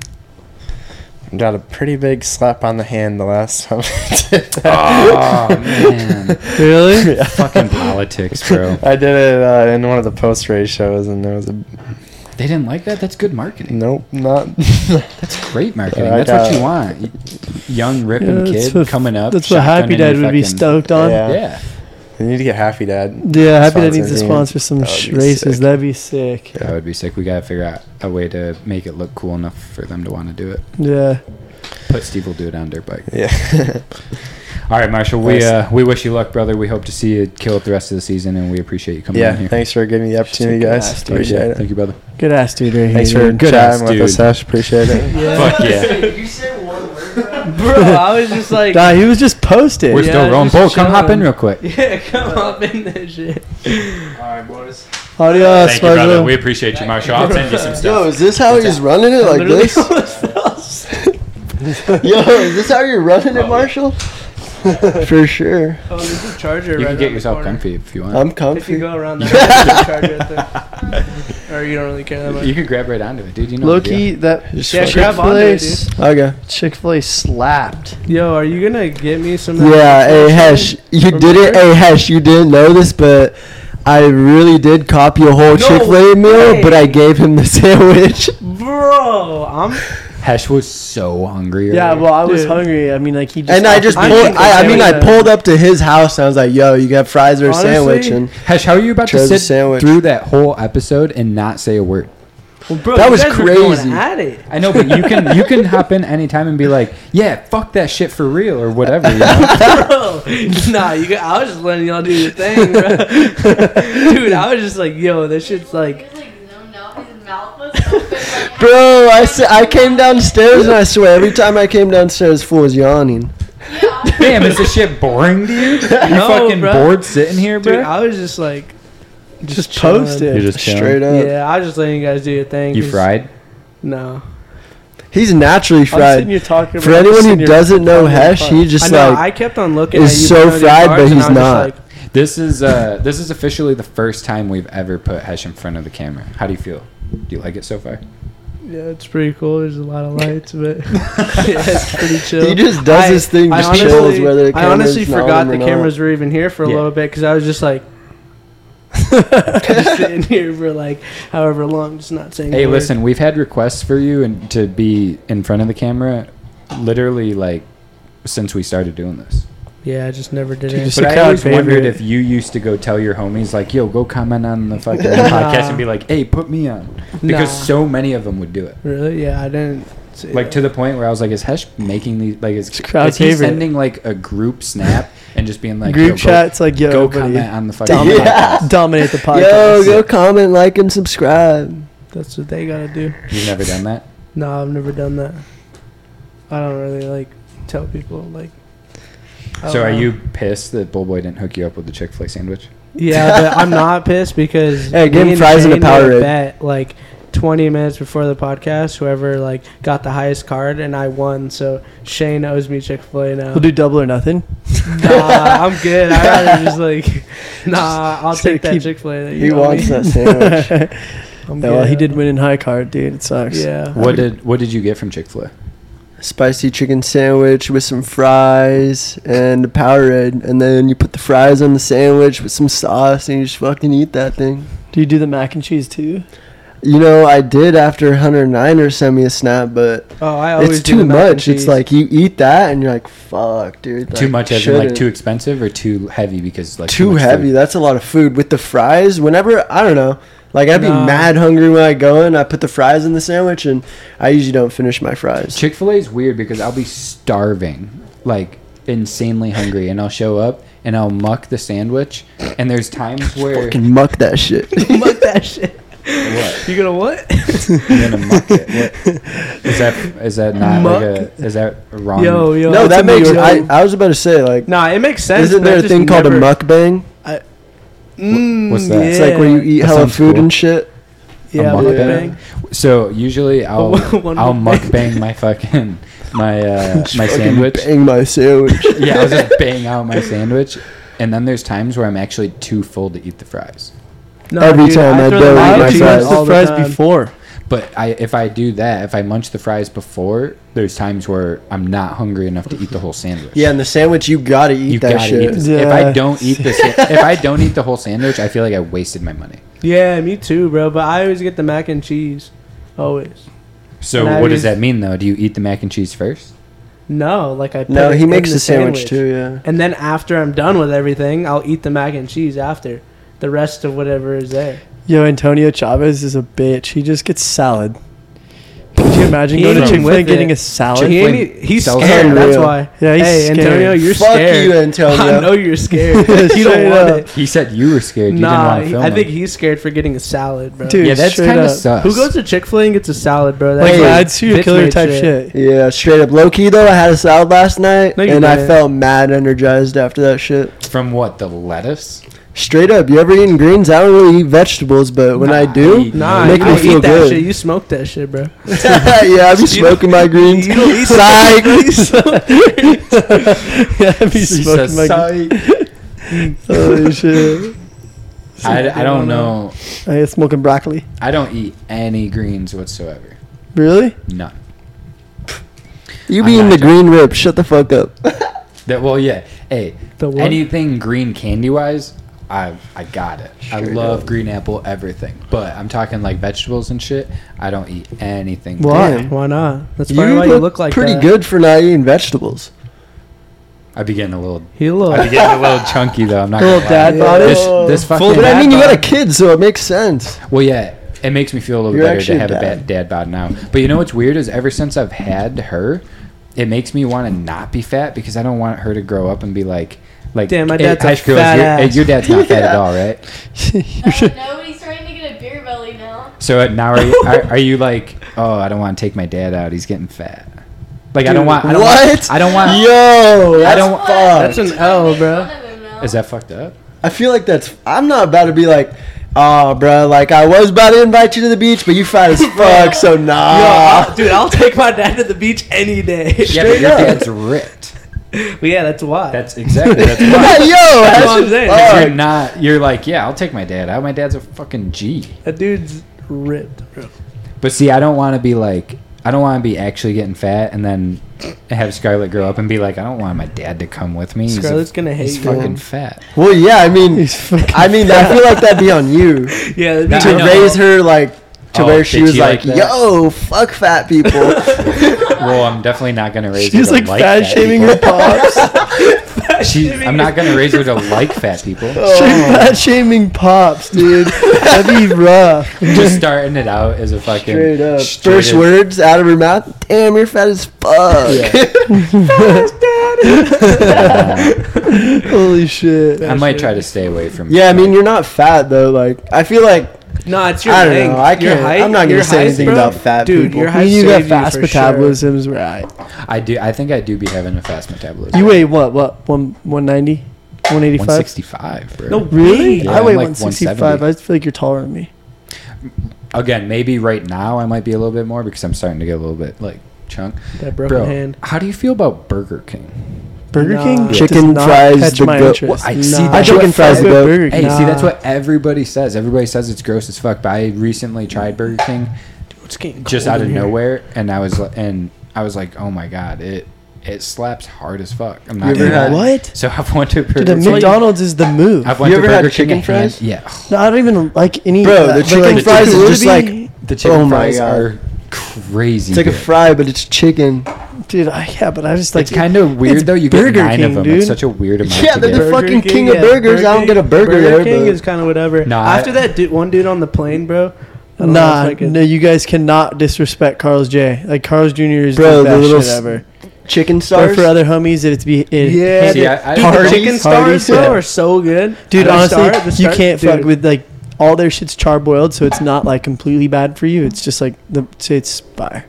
Got a pretty big slap on the hand the (laughs) last time I did Oh man. Really? that. Fucking politics, bro. I did it uh, in one of the post race shows, and there was a They didn't like that? That's good marketing. nope, not. That's great marketing. I That's what got- you want. Y- Young Yeah, ripping that's kid what- coming up. That's what Happy shotgunning Dad your would be fucking- stoked on. Yeah. Yeah, Yeah. you need to get happy, Dad. Happy Dad needs Sponsor to team. sponsor some That would sh- be races. sick. That'd be sick. That would be sick. We gotta figure out a way to make it look cool enough for them to want to do it. Yeah. But Steve will do it on dirt bike. Yeah. All All right, Marshall. We Nice. uh, we wish you luck, brother. We hope to see you kill it the rest of the season, and we appreciate you coming (laughs) yeah, on here. thanks for giving me the opportunity, Sick guys. ass, dude. Appreciate it. Thank you, brother. Good ass dude right Thanks here. for dude. Good ass, chatting with us, dude. Ash. Appreciate (laughs) it. Fuck yeah. Did you say one word? bro? Bro, I was just like, Nah, he was just posted. We're Yeah, still rolling. just Bull, come hop in chilling. real quick. yeah, come up in that shit. Adios, Thank you, brother. Marshall. We appreciate you, Marshall. I'll send you some stuff. Yo, is this how he's running it like Literally (laughs) (laughs) this? almost fell Yo, is this how you're Oh, running it, Marshall? (laughs) For sure. Oh, there's a charger right You can around get the yourself corner. comfy if you want. I'm If you comfy. go (laughs) around the charger at the, or you don't really care that much. you could grab right onto it, dude. You know. the Low deal. key, that Just Yeah, fuck grab onto it, dude. Okay. Chick- Chick-fil-A slapped. Yo, are you gonna get me some? of that Yeah, hey Hesh, you did it. Hey Hesh, you didn't know this, but I really did copy a whole Chick Fil A meal, way. but I gave him the (laughs) sandwich. bro? I'm Hesh was so hungry. Yeah, earlier. well, I was Dude. hungry. I mean, like he just and I offered just me pulled. chicken I, I mean, I sandwich. pulled up to his house and I was like, "Yo, you got fries or a Honestly, sandwich?" And Hesh, how are you about Chose a to sit sandwich. through that whole episode and not say a word? well, bro. That you was guys were going crazy. At (laughs) it. I know, but you can (laughs) you can hop in anytime and be like, yeah, fuck that shit for real or whatever. (laughs) You know? bro. Nah, you. Got, I was just letting y'all do your thing, bro. (laughs) Dude, I was just like, yo, this shit's like. bro, I, s- I came downstairs and I swear every time I came downstairs, fool was yawning. Damn, is this shit boring to you? You No, fucking bro. bored sitting here, Dude, bro? I was just like. Just chilling. posted. just Straight up, Yeah, I was just letting you guys do your thing. You 'cause- fried? No. he's naturally I'm sitting fried. here talking For about anyone this who and you're doesn't know fucking Hesh, he fucked. just I know. like I kept on looking. is at you so putting on your fried, but cards, and he's I'm just not. like, This is uh this is officially the first time we've ever put Hesh in front of the camera. How do you feel? Do you like it so far? Yeah, it's pretty cool. There's a lot of lights, (laughs) but (laughs) yeah, it's pretty chill. he just does I- his thing, I just honestly- chills whether the I honestly camera's not forgot on the or not. cameras were even here for a Yeah. little bit because I was just like, (laughs) just sitting here for like however long, just not saying. Hey, a word. listen, we've had requests for you and to be in front of the camera literally like since we started doing this. Yeah, I just never did it. Just But a I crowd always wondered favorite. if you used to go tell your homies like, "Yo, go comment on the fucking podcast and be like, "Hey, put me on." Because Nah. so many of them would do it. Really? Yeah, I didn't. Say Like to the point where I was like, "Is Hesh making these like is, It's crowd is he favorite. sending like a group snap and just being like, "Yo, group go- chat's like yo, Go, everybody, comment on the fucking dominate, (laughs) Yeah. dominate the podcast. Yo, go comment, like, and subscribe. that. That's what they gotta do. podcast." You've never done that. No, I've never done that. I don't really like tell people like. I So don't are know. you pissed that Bull Boy didn't hook you up with the Chick Fil A sandwich? Yeah, but (laughs) I'm not pissed because Hey, give me him fries and a Shane made Powerade. Bet like 20 minutes before the podcast, whoever like got the highest card, and I won. So Shane owes me Chick Fil A now. We'll do double or (laughs) nothing. nah, I'm good. I rather just like nah. I'll just take that keep- Chick Fil A. He wants that (laughs) sandwich. yeah, I'm well, he good. did win in high card, dude. It sucks. Yeah. What did What did you get from Chick Fil A? Spicy chicken sandwich with some fries and a Powerade, and then you put the fries on the sandwich with some sauce, and you just fucking eat that thing. Do you do the mac and cheese too? You know, I did after Hunter Niner sent me a snap, but Oh, I always it's do the too mac and much. It's cheese. like you eat that, and you're like, "Fuck, dude." too like, much as in like shouldn't. too expensive or too heavy because like too much food? heavy. That's a lot of food with the fries. Whenever I don't know, like I'd be No. mad hungry when I go in. I put the fries in the sandwich, and I usually don't finish my fries. Chick Fil A is weird because I'll be starving, like insanely hungry, and I'll show up and I'll muck the sandwich. And there's (laughs) times where Fucking muck that shit. (laughs) Fuck that shit. (laughs) (laughs) what (laughs) You gonna what? I'm gonna muck it. What? Is that is that not like a is that wrong? Yo, yo. no, it's a that makes. New I, York- I was about to say like, Nah, it makes sense. isn't but I there a just thing called a never- mukbang? Mm, What's that? It's like where you eat That hella sounds food cool. and shit. yeah, a mukbang. mukbang. So usually (laughs) I'll Oh, One I'll mukbang. mukbang my fucking my (laughs) uh, my Fucking sandwich. Bang (laughs) my sandwich. Yeah, I'll just bang out my sandwich. And then there's times where I'm actually too full to eat the fries. No, Every time I throw don't the eat mac my and cheese fries. all the the fries time. before. But I, if I do that, if I munch the fries before, there's times where I'm not hungry enough to eat the whole sandwich. yeah, and the sandwich you gotta eat you that gotta shit. eat this. If I Yeah. don't eat this, if I don't eat the whole sandwich, I feel like I wasted my money. Yeah, me too, bro. But I always get the mac and cheese. Always. So And I what does was- that mean though? Do you eat the mac and cheese first? No, like I. Put no, it he in makes a sandwich, too. Yeah. And then after I'm done with everything, I'll eat the mac and cheese after the rest of whatever is there. Yo, Antonio Chavez is a bitch. He just gets salad. Could you imagine He going to ain't Chick Fil A with getting it. a salad? He ain't, Flynn e- he's sells scared. it. That's Unreal. why. Yeah, he's hey, Antonio, scared. you're Fuck scared. you, Antonio. (laughs) I know you're scared. you Straight don't want up. it. He said you were scared. You didn't Nah, want to he- film I think him. he's scared for getting a salad, bro. Dude, yeah, that's straight kind of up. sus. Who goes to Chick Fil A and gets a salad, bro? That's Like, Hey, that's serial bitch killer made type shit. Yeah, straight up. Low key though, I had a salad last night, No, you and I didn't. felt mad energized after that shit. from what the lettuce? Straight up, you ever eaten greens? I don't really eat vegetables, but when I Nah, do, eat- Nah, Make you me don't feel eat that good. shit. You smoke that shit, bro. (laughs) yeah, I be smoking my greens. You don't eat (laughs) Psych. (laughs) yeah, I'd be smoking my. Holy shit! I, I don't know. I am smoking broccoli. I don't eat any greens whatsoever. Really? None. You I'm be in not the green rip. Shut the fuck up. That well, yeah. Hey, The what? anything green candy wise, I I got it. I Straight love up. green apple everything, but I'm talking like vegetables and shit. I don't eat anything. Well, Why? Damn. Why not? That's probably why you look like pretty that. good for not eating vegetables. I be getting a little. He I look. be getting a little chunky though. I'm not. Little gonna lie. dad bod. This, this fucking. but I mean, you dad got a bod- kid, so it makes sense. Well, yeah. It makes me feel a little You're better actually to have a a bad dad bod now. But you know what's weird is ever since I've had her, it makes me want to not be fat because I don't want her to grow up and be like, like. Damn, my "Hey, dad's a Ash girls, fat your- hey, ass." Your dad's not fat at all, right? Uh, nobody's trying to get a beer belly now. So uh, now are you, (laughs) are, are you like, oh, I don't want to take my dad out. He's getting fat. Like I don't want. I don't What? Want, I don't want. Yo, that's don't- fuck. That's an L, bro. Is that fucked up? I feel like that's. I'm not about to be like, oh, bro. Like I was about to invite you to the beach, but you fat (laughs) as fuck, so Yo, nah. (laughs) I'll- dude, I'll take my dad to the beach any (laughs) day. Yeah, (laughs) but Straight your up. dad's ripped. Well, yeah, that's why. That's exactly. That's why. (laughs) Yo, that's what I'm just saying. fucked. You're not. You're like, yeah, I'll take my dad out. My dad's a fucking G. that dude's ripped, bro. But see, I don't want to be like. I don't want to be actually getting fat and then have Scarlett grow up and be like, I don't want my dad to come with me. He's, a- Scarlett's gonna hate he's you. fucking fat. Well, yeah. I mean, He's fucking. I mean, I feel like that'd be on (laughs) you Yeah, that'd be Nah, I to know. raise her like to Oh, where she did was she like, like that? yo, fuck fat people. (laughs) Oh. Well, I'm definitely not gonna raise. She's her like to like fat shaming (laughs) her pops. She, I'm not gonna raise her to like fat people. Straight fat shaming pops, dude. (laughs) That'd be rough. just starting it out as a fucking Straight up. straight First up- words out of her mouth. Damn, you're fat as fuck. Holy shit. I might try to stay away from. (laughs) Yeah, I mean, you're not fat though. Like, I feel like No, it's your I don't length. know. I Your can't- height, I'm not gonna your say height, anything bro. about fat dude, people. Your height You got saved fast you for sure. metabolisms, right? I do. I think I do be having a fast metabolism. You weigh what? What? One 190? 185? 165, bro. No, Really? really? Yeah, I weigh I'm like 165. I feel like you're taller than me. Again, maybe right now I might be a little bit more because I'm starting to get a little bit like chunk. That broken Bro, hand. how do you feel about Burger King? Burger Nah. King Chicken does not fries catch the my goat. interest. I see Nah. I that. don't Chicken fuck fries with the goat. Burger Hey, King. see, that's Nah. what everybody says. Everybody says it's gross as fuck. But I recently tried Burger King It's getting just cold out of in here. nowhere, and I was li- and I was like, oh my god, it it slaps hard as fuck. I'm You not ever doing had- that. What? So I've went to Burger Dude, the King. McDonald's is the move. I've went You to ever had Burger King chicken and hand- fries? Yeah. No, I don't even like any. Bro, of that. the chicken like, fries is would just be- like- The chicken Oh my fries God. are crazy. it's like a good. fry, but it's chicken. dude. I, yeah, but I just like it's kind of weird it's though. You Burger get nine King, of them. dude. It's such a weird amount. Yeah, to they're get. the fucking king of burgers. I don't get a burger Burger there, King but- is kind of whatever. Nah, I- After that dude, one dude on the plane, bro. I don't know Nah, if I could- no, you guys cannot disrespect Carl's J. Like Carl's Jr. is the Bro, the best little shit s- ever. Chicken Or stars. for other homies, it's be it, Yeah, See, I- I- Dude, the Hardee's- chicken stars, Hardee's, bro, yeah. are so good. Dude, The honestly, star- the you star- can't dude, fuck with like all their shit's charboiled, so it's not like completely bad for you. It's just like the it's fire.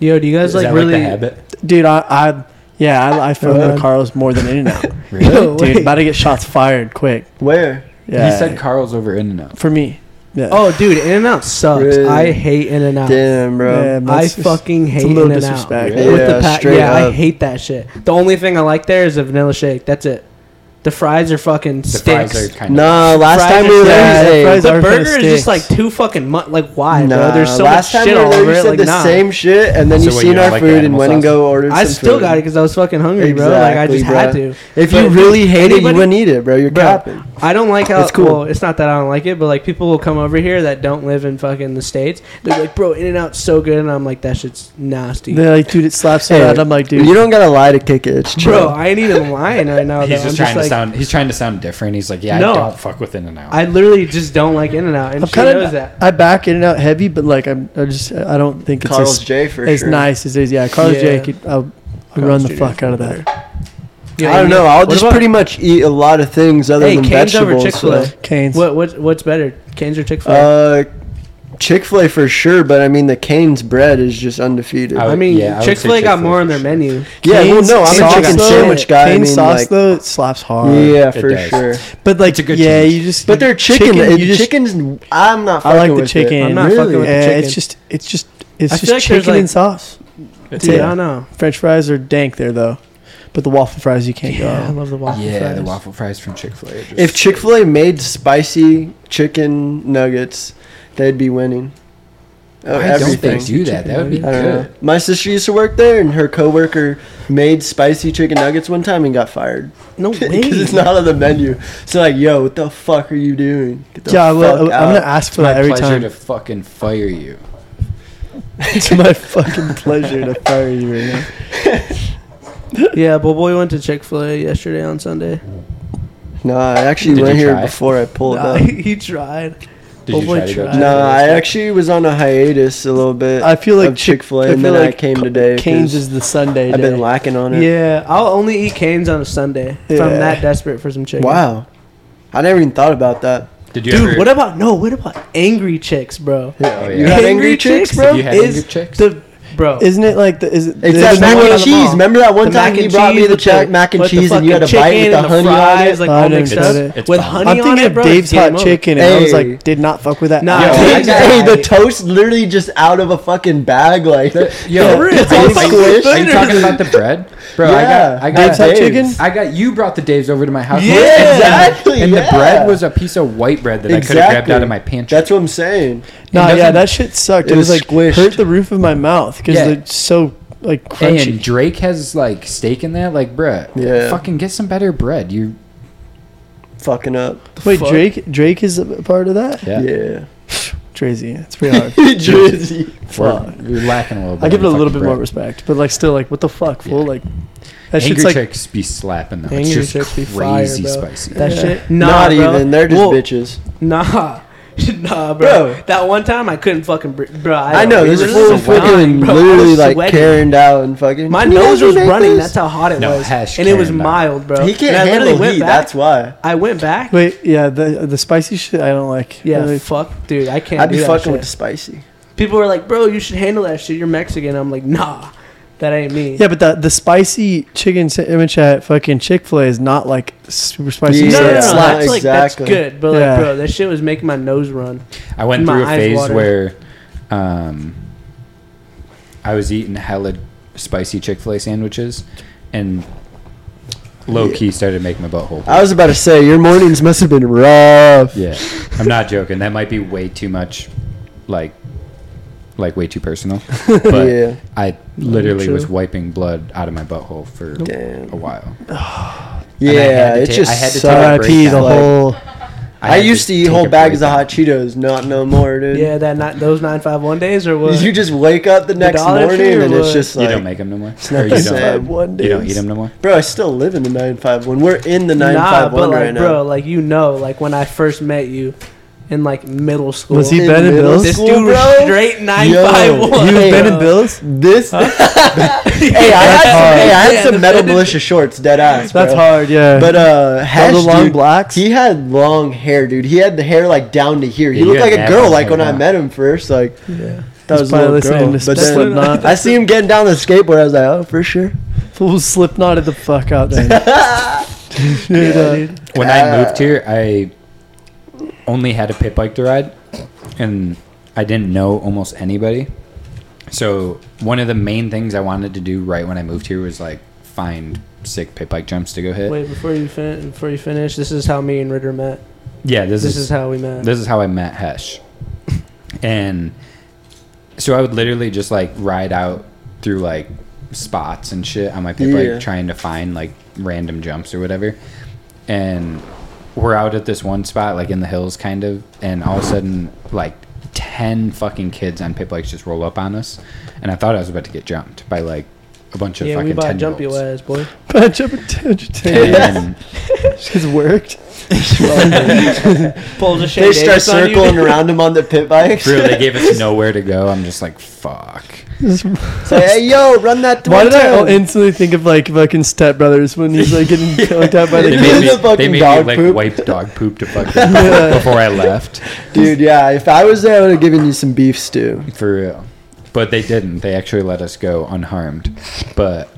Yo, do you guys Is like that really? like the (laughs) habit? Dude, I, I yeah, I, I fuck Uh, with Carl's more than In and Out. Really? Dude, about to get shots fired quick. Where? Yeah, He said Carl's over In and Out. for me. Yeah. oh, dude, In and Out sucks. Really? I hate In and Out. Damn, bro. Yeah, man, I it's just- fucking it's hate a little In and Out. disrespect. Yeah. With the pack, straight yeah, I up. hate that shit. The only thing I like there is a vanilla shake. That's it. The fries are fucking The sticks. fries are kind of. Nah, last Fries time are we were fries- there, hey, fries the are kinda burger is just sticks. like too fucking much. Like why, nah, bro? There's so last much time shit we were all there, over you it. said Like the nah. same shit, and then So you what, you seen don't our like the food and animal went and sauce? go ordered. I some still food. got it because I was fucking hungry, bro. Like I Exactly, just bro. had to. If But you (laughs) really hate it, you anybody- wouldn't eat it, bro. You're Bro, capping. I don't like how It's it's cool. Well, it's not that I don't like it, but like people will come over here that don't live in fucking the states. They're like, "Bro, In and Out's so good," and I'm like, "That shit's nasty." They're like, dude, it slaps so Hey, bad. I'm like, dude, you don't gotta lie to kick it. It's Bro, chill. I ain't even lying right now. (laughs) He's though. just trying I'm to just like, sound. He's trying to sound different. He's like, yeah, No. I don't fuck with In and Out. I literally just don't like In and Out, and I'm she kind knows of that. I back in and out heavy, but like I'm I just I don't think it's as, Carl's J for as sure. nice as it is. Yeah, Carl's J Yeah. could I'll I'll run run the Jr. fuck out of that. Yeah, I don't yeah. know. I'll What just about- pretty much eat a lot of things other Hey, than Cane's over vegetables. Chick-fil-A. so- Canes. What what's what's better, Canes or Chick Fil A? Uh, Chick Fil A for sure, but I mean the Cane's bread is just undefeated. I I would- mean, yeah, I would Chick Fil A say got Chick-fil-A more for on their sure. (laughs) menu. yeah, well, Cane's no, I'm sauce a chicken though- sandwich guy. I Cane's mean, sauce like, though it slaps hard. yeah, It for does. sure. but like It's a good yeah, change. you just But their chicken, chicken chicken you just, chicken's. I'm not. I Fucking like the with chicken. It. I'm not fucking with the Yeah, chicken. It's just it's just it's I just feel like there's, chicken like- and sauce. That's Dude, it. I don't know. French fries are dank there though, but the waffle fries you can't Yeah, I go. love the waffle yeah, fries. the waffle fries from Chick Fil A. If Chick Fil A made spicy chicken nuggets, they'd be winning. Oh, I don't everything. think do that. That would be I don't know. good. My sister used to work there, and her coworker made spicy chicken nuggets one time and got fired No way. because it's not on the menu. So like, yo, what the fuck are you doing? Get the Yeah, I will, fuck I'm out. gonna ask for My that every pleasure time. to fucking fire you. (laughs) it's my fucking pleasure to fire you right now. Yeah, but boy went to Chick Fil A yesterday on Sunday. No, I actually Did went you here try? before I pulled (laughs) Nah, (laughs) up. he tried. Did Oh, you boy, try to go? try. to No, Chick-fil-A? I actually was on a hiatus a little bit. I feel like Chick Fil A, I and feel then like I came Ca- today. 'cause Canes is the Sunday. I've day. been lacking on it. Yeah, I'll only eat Canes on a Sunday if I'm Yeah. that desperate for some chicken. Wow, I never even thought about that. Did you Dude, ever- what about no? What about angry chicks, bro? Oh, You yeah. have angry chicks, bro. you had is Angry Chicks? the bro? Isn't it like the is it It's the- that the mac one and on the cheese. mall. Remember that one time you brought me the with Jack mac and with the cheese, and you had a fucking bite with chicken the and honey on fries, it. like I all didn't mixed get up. it. It's with fine. honey I'm on thinking it, of bro. Dave's it's game hot over. chicken, and I was Hey. like, did not fuck with that. Nah, Yo, Yo, I like, got- (laughs) hey, I- the toast literally just out of a fucking bag, like (laughs) that. Yo, For real. it's all It's all squished. Are you squished. talking about the bread, bro? Yeah. I got, I Dave's got, hot Dave's. chicken. I got you brought the Dave's over to my house. Yeah, and- exactly, And the yeah. bread was a piece of white bread that I could have grabbed out of my pantry. That's what I'm saying. Nah, yeah, doesn't- that shit sucked. it It, was, was like squished. hurt the roof of my mouth because Yeah. it's so like Hey, crunchy. and Drake has like steak in that, like bruh. Yeah. Fucking get some better bread. You. Fucking up. Wait, fuck? Drake Drake is a part of that. Yeah. Yeah. (laughs) Crazy, it's pretty hard. Jersey. We're, we're lacking a little bit. I give it a on little fucking bit bread. more respect, but like still like what the fuck, fool? Yeah. Like that Angry shit's like Chicks be slapping though. Angry it's just Chicks be crazy fire, bro. spicy. That shit, nah, Not bro. even. They're just Well, bitches. Nah, nah, bro. Bro. That one time I couldn't fucking, br- bro. I, I know. This was so fool blind, fucking bro. I literally was like sweating. Karen down fucking. My "Can you nose guys was make running. this?" That's how hot it No, was, hash and it was Karen, bro. mild, bro. He can't And I literally handle went heat. back- That's why. I went back. wait, yeah, the the spicy shit I don't like. yeah, Really. fuck, dude. I can't. I'd be do that fucking with the shit. spicy. People were like, "Bro, you should handle that shit. You're Mexican." I'm like, "Nah, that ain't me." yeah, but the the spicy chicken sandwich at fucking Chick Fil A is not like super spicy. Yeah. No, no, no, so no, it it's that's not slaps. like exactly. that's good, but Yeah. like, bro, that shit was making my nose run. I went My through a eyes phase watered. where um, I was eating hella spicy Chick fil A sandwiches and low key started making my butt hole. I was about to say your mornings must have been rough. Yeah. I'm not joking. That might be way too much, like, like way too personal. But Yeah. I literally True. was wiping blood out of my butthole for Damn. a while. And I had Yeah, to it ta- just I had to take sucked. a RIP the breakdown. whole. I, had used to eat take whole a bags of breakdown. hot Cheetos, not no more, dude. Yeah, that not those nine five one days or what? You just wake up the next Dollar Tree morning or and what? it's just You like, don't make them no more. not Or the you same. don't, one you don't eat them no more. bro, I still live in the 951. We're in the nah, 951 but like, right now. bro, like you know, like when I first met you, in like middle school, Was he In Ben and middle Bill's? this school, dude was bro? straight nine five one. Yo, You Hey, Ben and uh, Bill's? (laughs) This, hey, I had some, hey, I had some metal militia shorts, dead ass. That's bro. hard, yeah. But uh, Hash, the long dude, blacks? He had long hair, dude. He had the hair like down to here. He Yeah, you looked had like a that girl, long like hair when I now. met him first. Like yeah. that was a probably little listening girl. to But then Slipknot. I see him getting down the skateboard. I was like, oh, for sure. (laughs) Fool slipknotted the fuck out then. Dude, uh, When I moved here, I only had a pit bike to ride, and I didn't know almost anybody. So one of the main things I wanted to do right when I moved here was like find sick pit bike jumps to go hit. Wait, before you fin- before you finish, this is how me and Ritter met. Yeah, this, This is is how we met. this is how I met Hesh, and so I would literally just like ride out through like spots and shit on my paper, Yeah. like trying to find like random jumps or whatever. And we're out at this one spot, like in the hills, kind of, and all of a sudden, like. 10 fucking kids on pit bikes just roll up on us and i thought i was about to get jumped by like a bunch of yeah, fucking we bought 10 year jumpy olds. wares, boy. Patch up a tangent. (laughs) And She's worked. Pulls a They (laughs) start circling around him on the pit bikes. bro, they gave us nowhere to go. I'm just like, fuck. (laughs) Say, hey, yo, run that. Why did I all 110." instantly think of like fucking Step Brothers when he's like getting choked out by the They Give made him me, kids? the fucking they made me dog like poop. wipe dog poop to fucking (laughs) before I left. Dude, yeah, if I was there, I would have given you some beef stew. For real. But they didn't. They actually let us go unharmed. But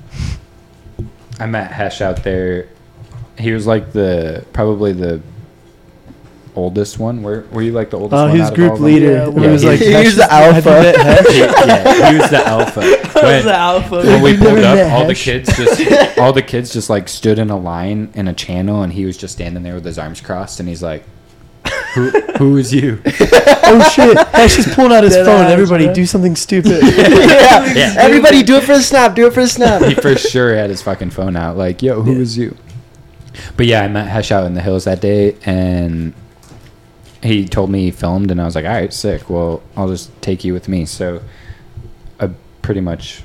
I met Hesh out there. He was like the probably the oldest one. Were were you like the oldest Oh, one? he was out of all group of them? leader. Yeah, and yeah. he was like, (laughs) He was the He, yeah, he was (laughs) the alpha. When, the alpha. when we You've pulled never up, met all the Hesh. (laughs) kids just all the kids just like stood in a line in a channel, and he was just standing there with his arms crossed, and he's like, "Who, who is you?" oh shit, Hesh is pulling out his Dead phone. eyes, Everybody bro. do something stupid. yeah. Yeah. Everybody, do it for the snap. Do it for the snap. (laughs) he for sure had his fucking phone out, like, yo, who is you? But yeah, I met Hesh out in the hills that day, and he told me he filmed, and I was like, all right, sick. Well, I'll just take you with me. So I pretty much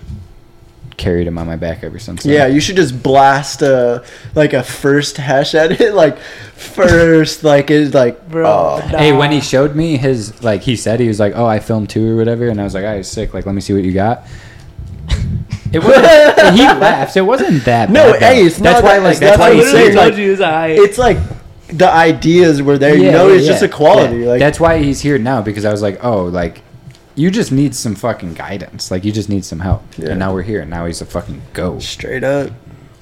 carried him on my back ever since. then. Yeah, you should just blast a like a first hash at it, (laughs) like first, like it's like Bro, oh. nah. Hey, when he showed me his, like, he said he was like, oh, I filmed two or whatever, and I was like, all right, sick. Like, let me see what you (laughs) got. It wasn't. he laughs. It wasn't that. No, bad, though. hey, it's that's not why, that- like, that's that's why I he what I'm said literally saying, told like, you he was high. It's like the ideas were there. you know, it's just a quality. yeah. Like that's why he's here now because I was like, oh, like you just need some fucking guidance. Like you just need some help. Yeah. And now we're here. And now he's a fucking go. straight up,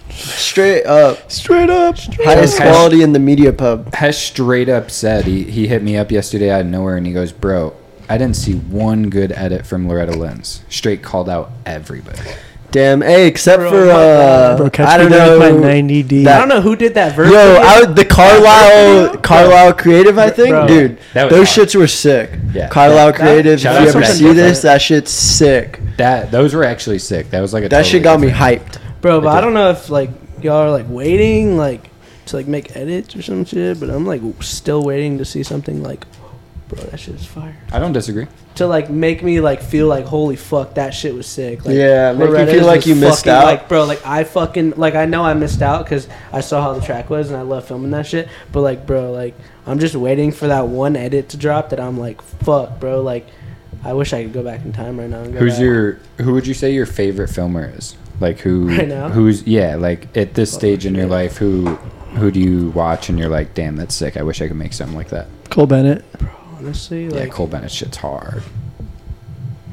straight up, Straight up. highest Hash- quality in the media pub. Hesh straight up said he he hit me up yesterday out of nowhere and he goes, bro. I didn't see one good edit from Loretta Lynn's. Straight called out everybody. Damn, hey, except Bro, for fuck uh, that. Bro, catch I don't me there know. with my 90 D. I that- don't know who did that verse. Yo, I would, the Carlisle Carlisle Creative, I think, Bro. dude. That was Those hard. shits were sick. Yeah. Carlisle That- Creative. shout if you out to ever that see shit. this, that shit's sick. That those were actually sick. That was like a That shit totally got me different- hyped. bro, but I I did. don't know if like y'all are like waiting like to like make edits or some shit, but I'm like still waiting to see something like, bro, that shit is fire. I don't disagree. To like make me like feel like holy fuck that shit was sick. Like, Yeah, make you Loretta's feel like was you missed fucking, out. Like bro, like I fucking like I know I missed out because I saw how the track was and I love filming that shit. But like bro, like I'm just waiting for that one edit to drop that I'm like fuck bro, like I wish I could go back in time right now. And go Who's back. your who would you say your favorite filmer is? Like who Right now? who's yeah, like at this stage in your life who who do you watch and you're like, damn, that's sick. I wish I could make something like that. Cole Bennett. honestly yeah, like Cole Bennett shit's hard.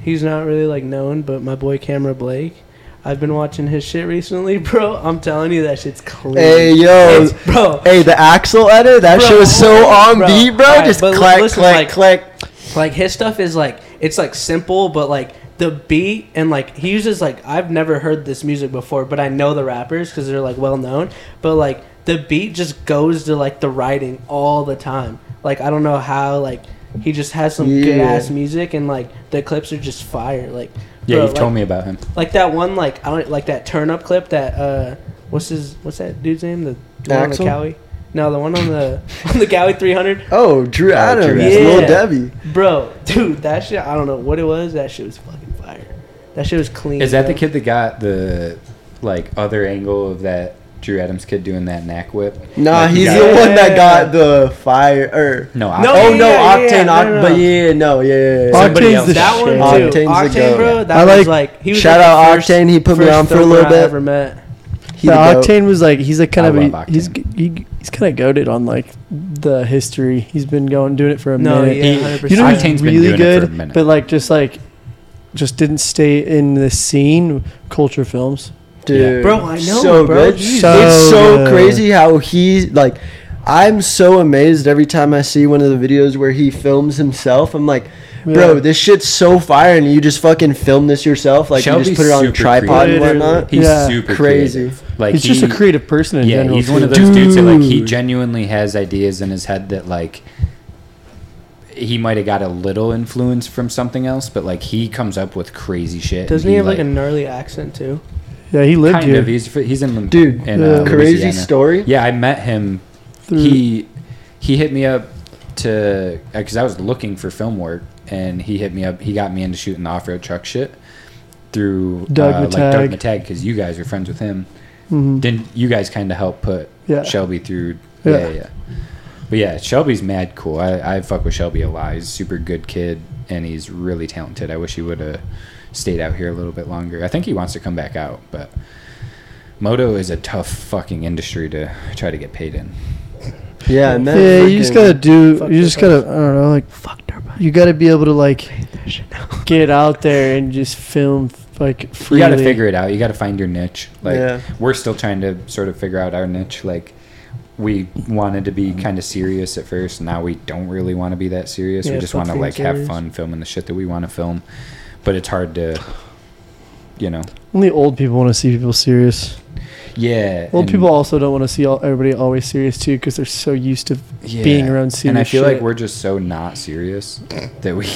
He's not really like known, but my boy Camera Blake. I've been watching his shit recently, (laughs) bro. I'm telling you, that shit's clean. Hey yo, It's- bro. hey the axle edit, that Bro, shit was so on bro. beat, bro. Alright, Just but li- clack, listen, clack, like- clack. Like his stuff is like it's like simple, but like the beat and like he uses like I've never heard this music before, but I know the rappers because they're like well known. But like the beat just goes to like the writing all the time. Like I don't know how like he just has some Yeah. good ass music and like the clips are just fire. Like Yeah, bro, you've told like- me about him. Like that one, like I don't like that turn up clip. That uh, what's his what's that dude's name? The, the one on the Axl? Cowie? No, the one on the (laughs) on the Cowie 300, Oh, Drew Adams, Drew Adams. Lil Yeah. Debbie. bro, dude. That shit, I don't know what it was. That shit was fucking fire. That shit was clean. Is that bro. the kid that got the like other angle of that Drew Adams kid doing that knack whip? Nah, Like, he he's got- the one Yeah. that got the fire. Er, No, No, I, oh yeah, no, yeah, Octane, yeah, no, Oct- no, no. but yeah, no, yeah. yeah, yeah. Somebody Octane's else. the That shit. one too. Octane's the Octane, goat. bro. That I was like- like he was Shout like out the first- Octane, he put me first on for a little filmer I bit. ever met. He Yeah, the goat. Octane was like he's like kind I of love a, he's Octane. he, he's kind of goaded on like the history. He's been going doing it for a No, minute. yeah, He- 100%. You know, Octane's he's been really doing it for a good, minute. but like just like just didn't stay in the scene. Culture films. dude. Bro, I know, So bro. good. Jeez. So it's so good. crazy how he like. I'm so amazed every time I see one of the videos where he films himself. I'm like, bro, Yeah. this shit's so fire, and you just fucking film this yourself. Like you Shelby's just put it on a super tripod and creative. whatnot. he's Yeah. super Crazy. creative. Like he's just a he- creative person in yeah, general. he's one of too. those dudes that like he genuinely has ideas in his head that like he might have got a little influence from something else, but like he comes up with crazy shit. and Doesn't he have like a like, gnarly accent too? (laughs) yeah, he lived kind here. of? He's fr- he's in Lim- Dude, in, yeah. uh, Crazy Louisiana. story. Yeah, I met him. Through- He he hit me up to uh, because I was looking for film work, and he hit me up. He got me into shooting the off road truck shit through Doug uh, like Doug Mattag. Matag because you guys were friends with him. Mhm. Then you guys kind of helped put Yeah. Shelby through. Yeah. Yeah. yeah, But yeah, Shelby's mad cool. I, I fuck with Shelby a lot. He's a super good kid and he's really talented. I wish he would have stayed out here a little bit longer. I think he wants to come back out, but moto is a tough fucking industry to try to get paid in. Yeah, and then yeah, you just fucking- gotta do. fuck You just their gotta. I don't know. Like Fuck their you gotta be able to like butt. get out there and just film like freely. You got to figure it out. You got to find your niche. Like Yeah. we're still trying to sort of figure out our niche. Like we wanted to be kind of serious at first. Now we don't really want to be that serious. Yeah, we just fuck want to being like have serious. fun filming the shit that we want to film. But it's hard to, you know. Only old people want to see people serious. Yeah. Old and- people also don't want to see all, everybody always serious too because they're so used to being around serious. And I feel like shit. we're just so not serious that we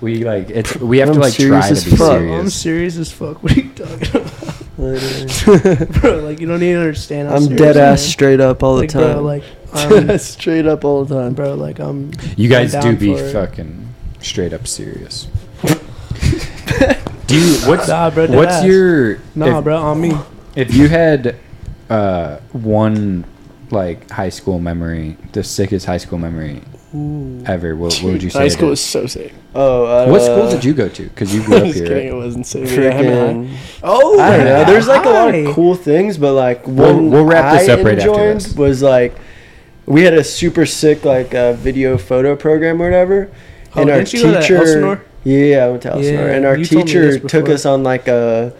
we like it's we have I'm to like serious try to as be fuck. I'm I'm serious. serious as fuck. What are (laughs) you talking about, Literally. bro? Like you don't even understand. How I'm serious dead I am. ass straight up all the like, time. Bro, like, I'm, straight up all the time. bro, (laughs) like um, I'm. You I'm guys do down be for it. fucking straight up serious. do you what's Nah, bro. dead What's ass. your Nah, if, bro. On me. if you had uh, one like high school memory, the sickest high school memory ever? What, what would you say? High it school is? was so sick. oh, uh, what school did you go to? (laughs) Because (laughs) you grew (laughs) I'm up just kidding. here. It wasn't sick. Yeah, I haven't- Freaking. Oh, I don't know. There's like a lot hi. of cool things, but like We'll- one we'll wrap this I up right after enjoyed this. was like we had a super sick like uh, video photo program or whatever, Oh, and our didn't you go to Elsinore? teacher. Yeah, I went to Elsinore, Yeah, and our you told me this teacher took before. us on like a.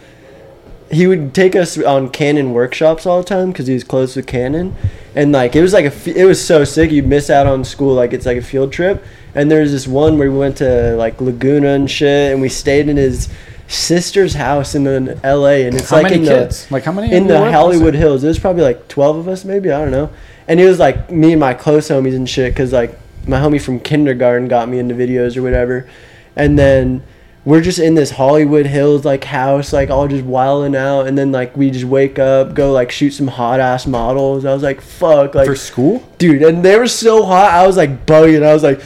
He would take us on Canon workshops all the time because he was close with Canon, and like it was like a f- it was so sick. You'd miss out on school like it's like a field trip, and there's this one where we went to like Laguna and shit, and we stayed in his sister's house in, in L.A. and it's How like many in kids? like how many the in were the up? Hollywood Hills. There's probably like twelve of us, maybe I don't know. And it was like me and my close homies and shit, cause like my homie from kindergarten got me into videos or whatever, and then. We're just in this Hollywood Hills like house, like all just wilding out, and then like we just wake up, go like shoot some hot ass models. I was like, "Fuck!" Like for school. dude and they were so hot i was like bugging i was like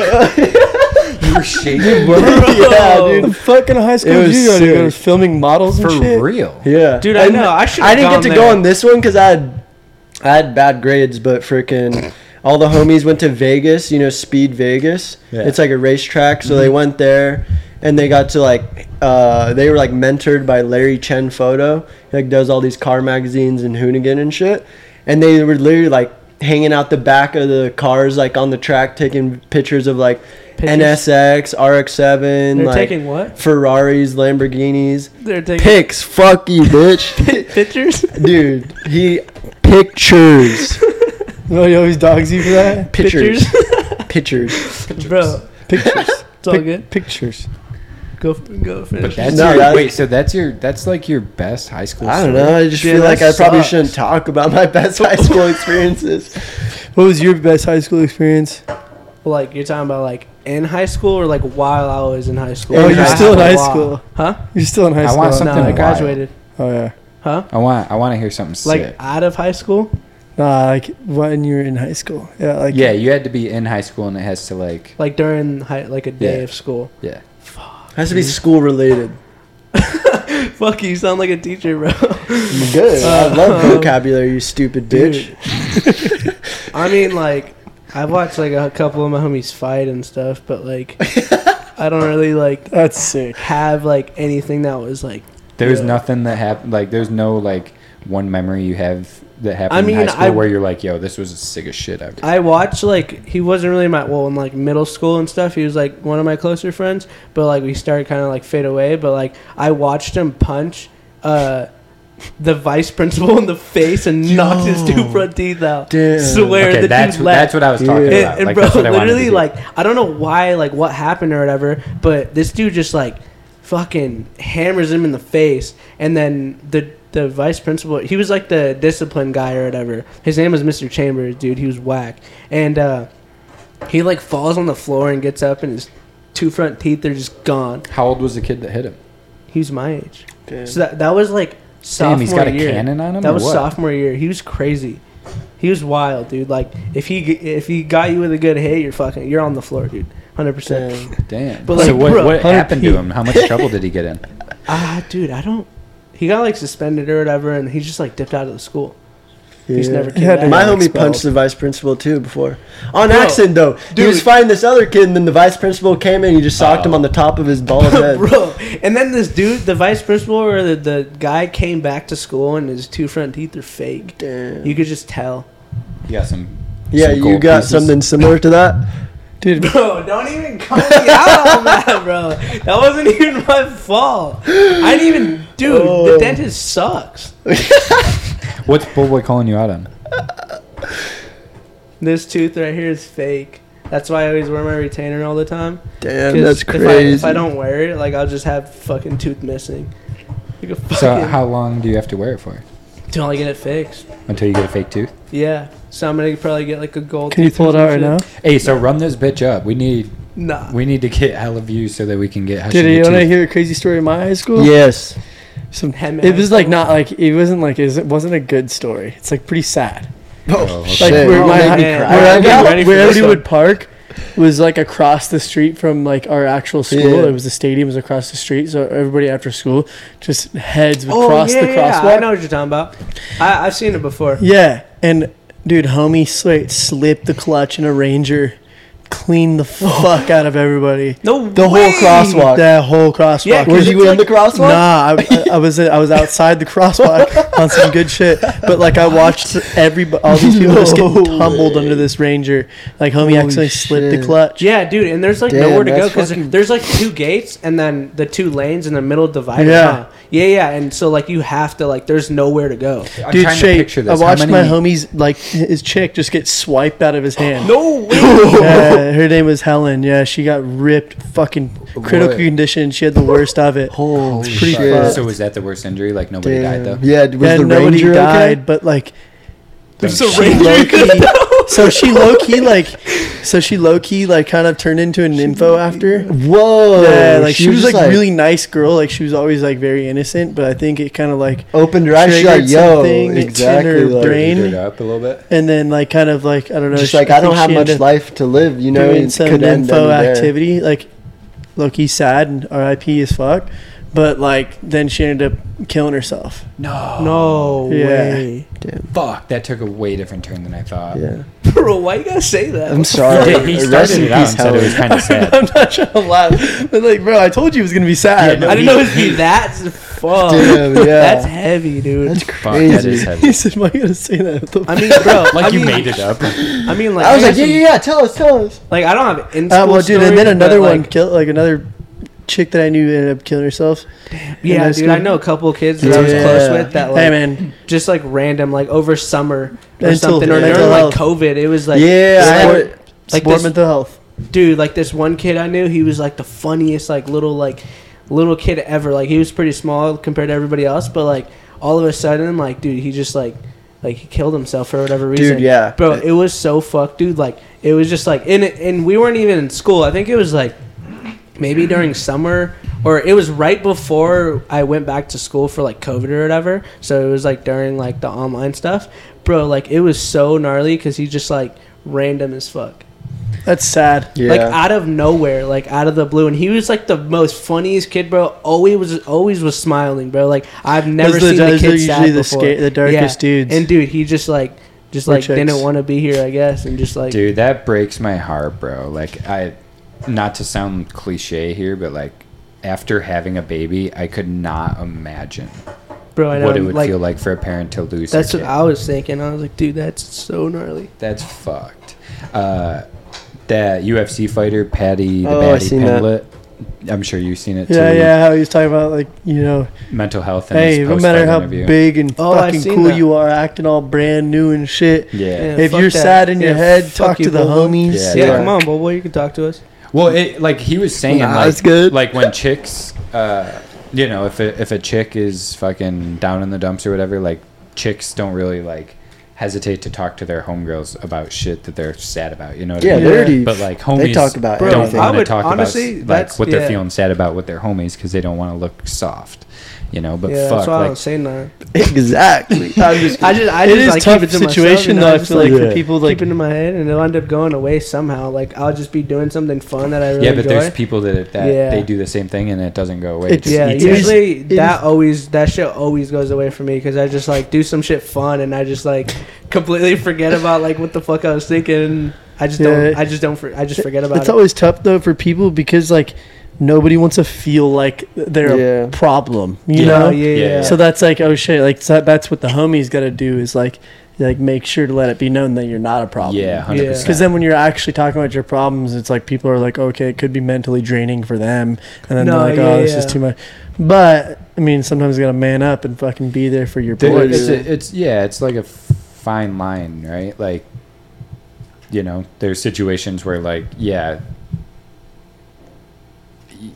You were shaking yeah dude The fucking high school did was you go to? You go to sick. filming models and for shit. real. yeah Dude, I And know, I should've i didn't gone get to there. go on this one because i had i had bad grades but freaking all the homies went to vegas you know speed vegas Yeah. it's like a racetrack so Mm-hmm. they went there and they got to like uh, they were like mentored by larry chen photo he like does all these car magazines and hoonigan and shit and they were literally like hanging out the back of the cars like on the track taking pictures of like Pictures? NSX, RX-7, They're like taking what? Ferraris, Lamborghinis, They're taking pics. Fuck you, bitch, (laughs) pictures. dude. He pictures, No, he always dogs you for (laughs) that. pictures, pictures. bro. (laughs) Pictures. It's all good. Pictures. Go, go finish. But that's No, your, that's- wait. So that's your that's like your best high school. I don't story? know. I just Dude, feel like that I probably sucks. shouldn't talk about my best high school experiences. What was your best high school experience? like you're talking about like in high school or like while I was in high school. Oh, Like, you're I still in have a high lot. school. huh? You're still in high I school. want No, Something I wild. graduated, Oh yeah. huh? I want I want to hear something Like sick. out of high school. Nah, like when you were in high school. Yeah, like yeah, you had to be in high school and it has to like like during high, like a day Yeah. of school. yeah. Has to be school related. Fuck you, sound like a teacher, bro. Good. I love Uh, vocabulary, you stupid bitch. I mean, like I've watched like a couple of my homies fight and stuff, but like I don't really like That's sick. have like anything that was like. There was Yeah. nothing that happened. Like there's no like one memory you have that happened I in mean, high school I- where you're like, yo, this was the sickest shit ever. I watched like he wasn't really my well in like middle school and stuff. He was like one of my closer friends, but like we started kind of like fade away. But like I watched him punch uh the vice principal in the face and knocked his two front teeth out. Damn. Swear okay, the that's dude what- that's left. what I was talking And, about. and like, bro, that's what I wanted to literally do. like I don't know why like what happened or whatever, but this dude just like fucking hammers him in the face, and then the the vice principal he was like the discipline guy or whatever. His name was Mr. Chambers, dude. He was whack, and uh, he like falls on the floor and gets up, and his two front teeth are just gone. how old was the kid that hit him? He's my age, Damn. so that that was like sophomore Damn, he's got a year. cannon on him. That or was what? sophomore year. He was crazy. He was wild, dude. Like if he if he got you with a good hit, you're fucking you're on the floor, dude. Hundred percent. (laughs) Dang. Damn. But, so like, what, bro, what happened to RP. him? How much trouble did he get in? ah, dude, I don't. He got like suspended or whatever, and he just like dipped out of the school. He's never came had back. to- My Yeah, (laughs) homie expelled. punched the vice principal too before. On Bro, accident though. He was dude. fighting this other kid and then the vice principal came in and he just socked him on the top of his bald head. bro. And then this dude, the vice principal or the, the guy, came back to school, and his two front teeth are fake. Damn. You could just tell. Yeah, some. yeah, some you gold got pieces. something similar to that? dude. Bro, don't even call me out on that, bro. That wasn't even my fault. I didn't even, dude. Oh. The dentist sucks. What's Bullboy calling you out on? This tooth right here is fake. That's why I always wear my retainer all the time. Damn, 'Cause that's if I- crazy. If I, don't wear it, like I'll just have fucking tooth missing. You can fucking (laughs) So how long do you have to wear it for? till I get it fixed. Until you get a fake tooth? Yeah. So I'm gonna probably get like a gold. Can you tooth pull or it out right some now? Hey, so run this bitch up. We need shit. Nah. we need to get hell of you so that we can get. Hush Did in you the want to tooth. hear a crazy story of my high school? yes. Some, Hem- it was like not like it wasn't like it wasn't a good story. It's like pretty sad. Oh, okay. Like Shit. where Oh, my make hi- me where cry. I I'm got- ready for where this Everywood Park was like across the street from like our actual school. Yeah. It was the stadium was across the street, so everybody after school just heads would Oh cross yeah, the yeah, crosswalk. yeah. I know what you're talking about. I, I've seen it before. Yeah, and dude, homie Slate slipped the clutch in a Ranger, cleaned the (laughs) fuck out of everybody. No. The way! whole crosswalk. That whole crosswalk. Yeah, Were 'Cause you it's in the crosswalk? Nah, I, I, I was I was outside the (laughs) crosswalk on some good shit, but like I watched every all these people just get No tumbled way. under this Ranger. Like homie Holy accidentally slipped the shit. clutch. Yeah, dude, and there's like Damn, nowhere to go that's because fucking- there's like two gates and then the two lanes in the middle divider. Yeah. huh? yeah, yeah, and so like you have to like there's nowhere to go. I'm Dude, trying to Shay, picture this. I How watched my many- homies like his chick just get swiped out of his (gasps) hand. No (laughs) way. Yeah, her name was Helen. Yeah, she got ripped, fucking critical What? condition. She had the worst of it. Holy pretty Sorry. fucked. So was that the worst injury? Like nobody died though. Yeah, was yeah, the nobody ranger died, okay? but like, There's a she ranger. low-key- so she low key like, so she low key like kind of turned into a nympho after. Whoa. Yeah, like Oh, she, was, just, like, really nice girl. Like she was always like very innocent, but I think it kind of like opened her eyes. She's like, triggered yo, something in exactly. her like- brain. Did it up a little bit. and then like kind of like I don't know. Just she- like I don't think have she much ended up life to live, you know. doing It some could end info any day. activity like low key sad and RIP as fuck. But like then she ended up killing herself. (laughs) No. No Yeah. way, Fuck. That took a way different turn than I thought. Yeah, bro. Why you gotta say (laughs) that? I'm sorry. Yeah, he started it out and said it was (laughs) kind of sad. I'm not trying to laugh, but like, bro, I told you it was gonna be sad. Yeah, (laughs) I didn't know it'd be that. Fuck. Damn, yeah. That's heavy, dude. That's Fuck, that crazy. is he heavy. said, "Am I gonna say that?" What the I mean, bro. Like I you mean, made it up. I mean, like I was got like, yeah, some- yeah, yeah. Tell us, tell us. Like I don't have in Uh, well, dude, and then another one Like, killed, like another chick that I knew ended up killing herself. in yeah, high dude, school. I know a couple of kids that I was Yeah. close with that like hey man, just like random, like over summer or Mental- something, or mental during like health. COVID. It was like yeah, I like, had- like sport this- mental health. dude, like this one kid I knew, he was like the funniest, like little like little kid ever. Like he was pretty small compared to everybody else, but like all of a sudden, like dude, he just like like he killed himself for whatever reason. yeah. bro, it was so fucked, dude. Like it was just like and it- and we weren't even in school. I think it was like maybe during summer or it was right before I went back to school for like COVID or whatever. So it was like during like the online stuff, bro. Like it was so gnarly because he just like random as fuck That's sad. yeah. like out of nowhere, like out of the blue, and he was like the most funniest kid, bro. Always was always was smiling, bro. Like I've never Those are the- seen the those are kid usually the sad before. sca- the darkest dudes. And dude, he just like just Or like didn't chicks. want to be here, I guess, and just like Dude, that breaks my heart, bro. Like I not to sound cliche here, but like after having a baby, I could not imagine bro, I know, what it would like feel um, like for a parent to lose. that's their what kid. I was thinking. I was like, dude, that's so gnarly. That's fucked. Uh, that UFC fighter Patty the Oh, I Batty seen that. Pimblett. I'm sure you've seen it Yeah, too. yeah. How he was talking about like you know, Mental health. And hey, his no matter post-fight how interview. big and Oh, I've fucking seen cool that. you are, acting all brand new and shit. Yeah. Yeah. If fuck you're that. sad in your Yeah, head, fuck talk you, to the boo-boo. homies. Yeah. Yeah, Yeah. come on, boy, boy, you can talk to us. Well, it, like he was saying, Nah, like, that's good. Like when chicks, uh, you know, if a, if a chick is fucking down in the dumps or whatever, like chicks don't really like hesitate to talk to their homegirls about shit that they're sad about. You know what Yeah, I mean? they're already. But like homies, talk about don't everything. want I to would- talk honestly, about like that's- what they're yeah. feeling sad about with their homies because they don't want to look soft. You know, but yeah, fuck, that's why I like don't (laughs) say nothing. (laughs) exactly. I'm just. I just, I It just is like, tough keep it to situation myself, you know, though. I just, feel like, like Yeah. for people like keep it in my head, and it'll end up going away somehow. Like I'll just be doing something fun that I really yeah, but enjoy. there's people that that Yeah. they do the same thing and it doesn't go away. It It just yeah, eats it. at you. usually is- that always that shit always goes away for me because I just like do some shit fun and I just like completely forget about like what the fuck I was thinking. I just Yeah. don't. I just don't. For, I just forget about it's it. always tough though for people because like nobody wants to feel like they're Yeah. a problem. You Yeah. know. Oh, yeah, yeah. Yeah. So that's like oh shit. Like so that's what the homies got to do is like like make sure to let it be known that you're not a problem. Yeah, hundred Yeah. percent. Because then when you're actually talking about your problems, it's like people are like, okay, it could be mentally draining for them, and then No, they're like, yeah, oh, this is yeah. too much. But I mean, sometimes you gotta man up and fucking be there for your There- boys. it's, a- it's- yeah, it's like a f- fine line, right? Like, you know, there's situations where like, yeah, y-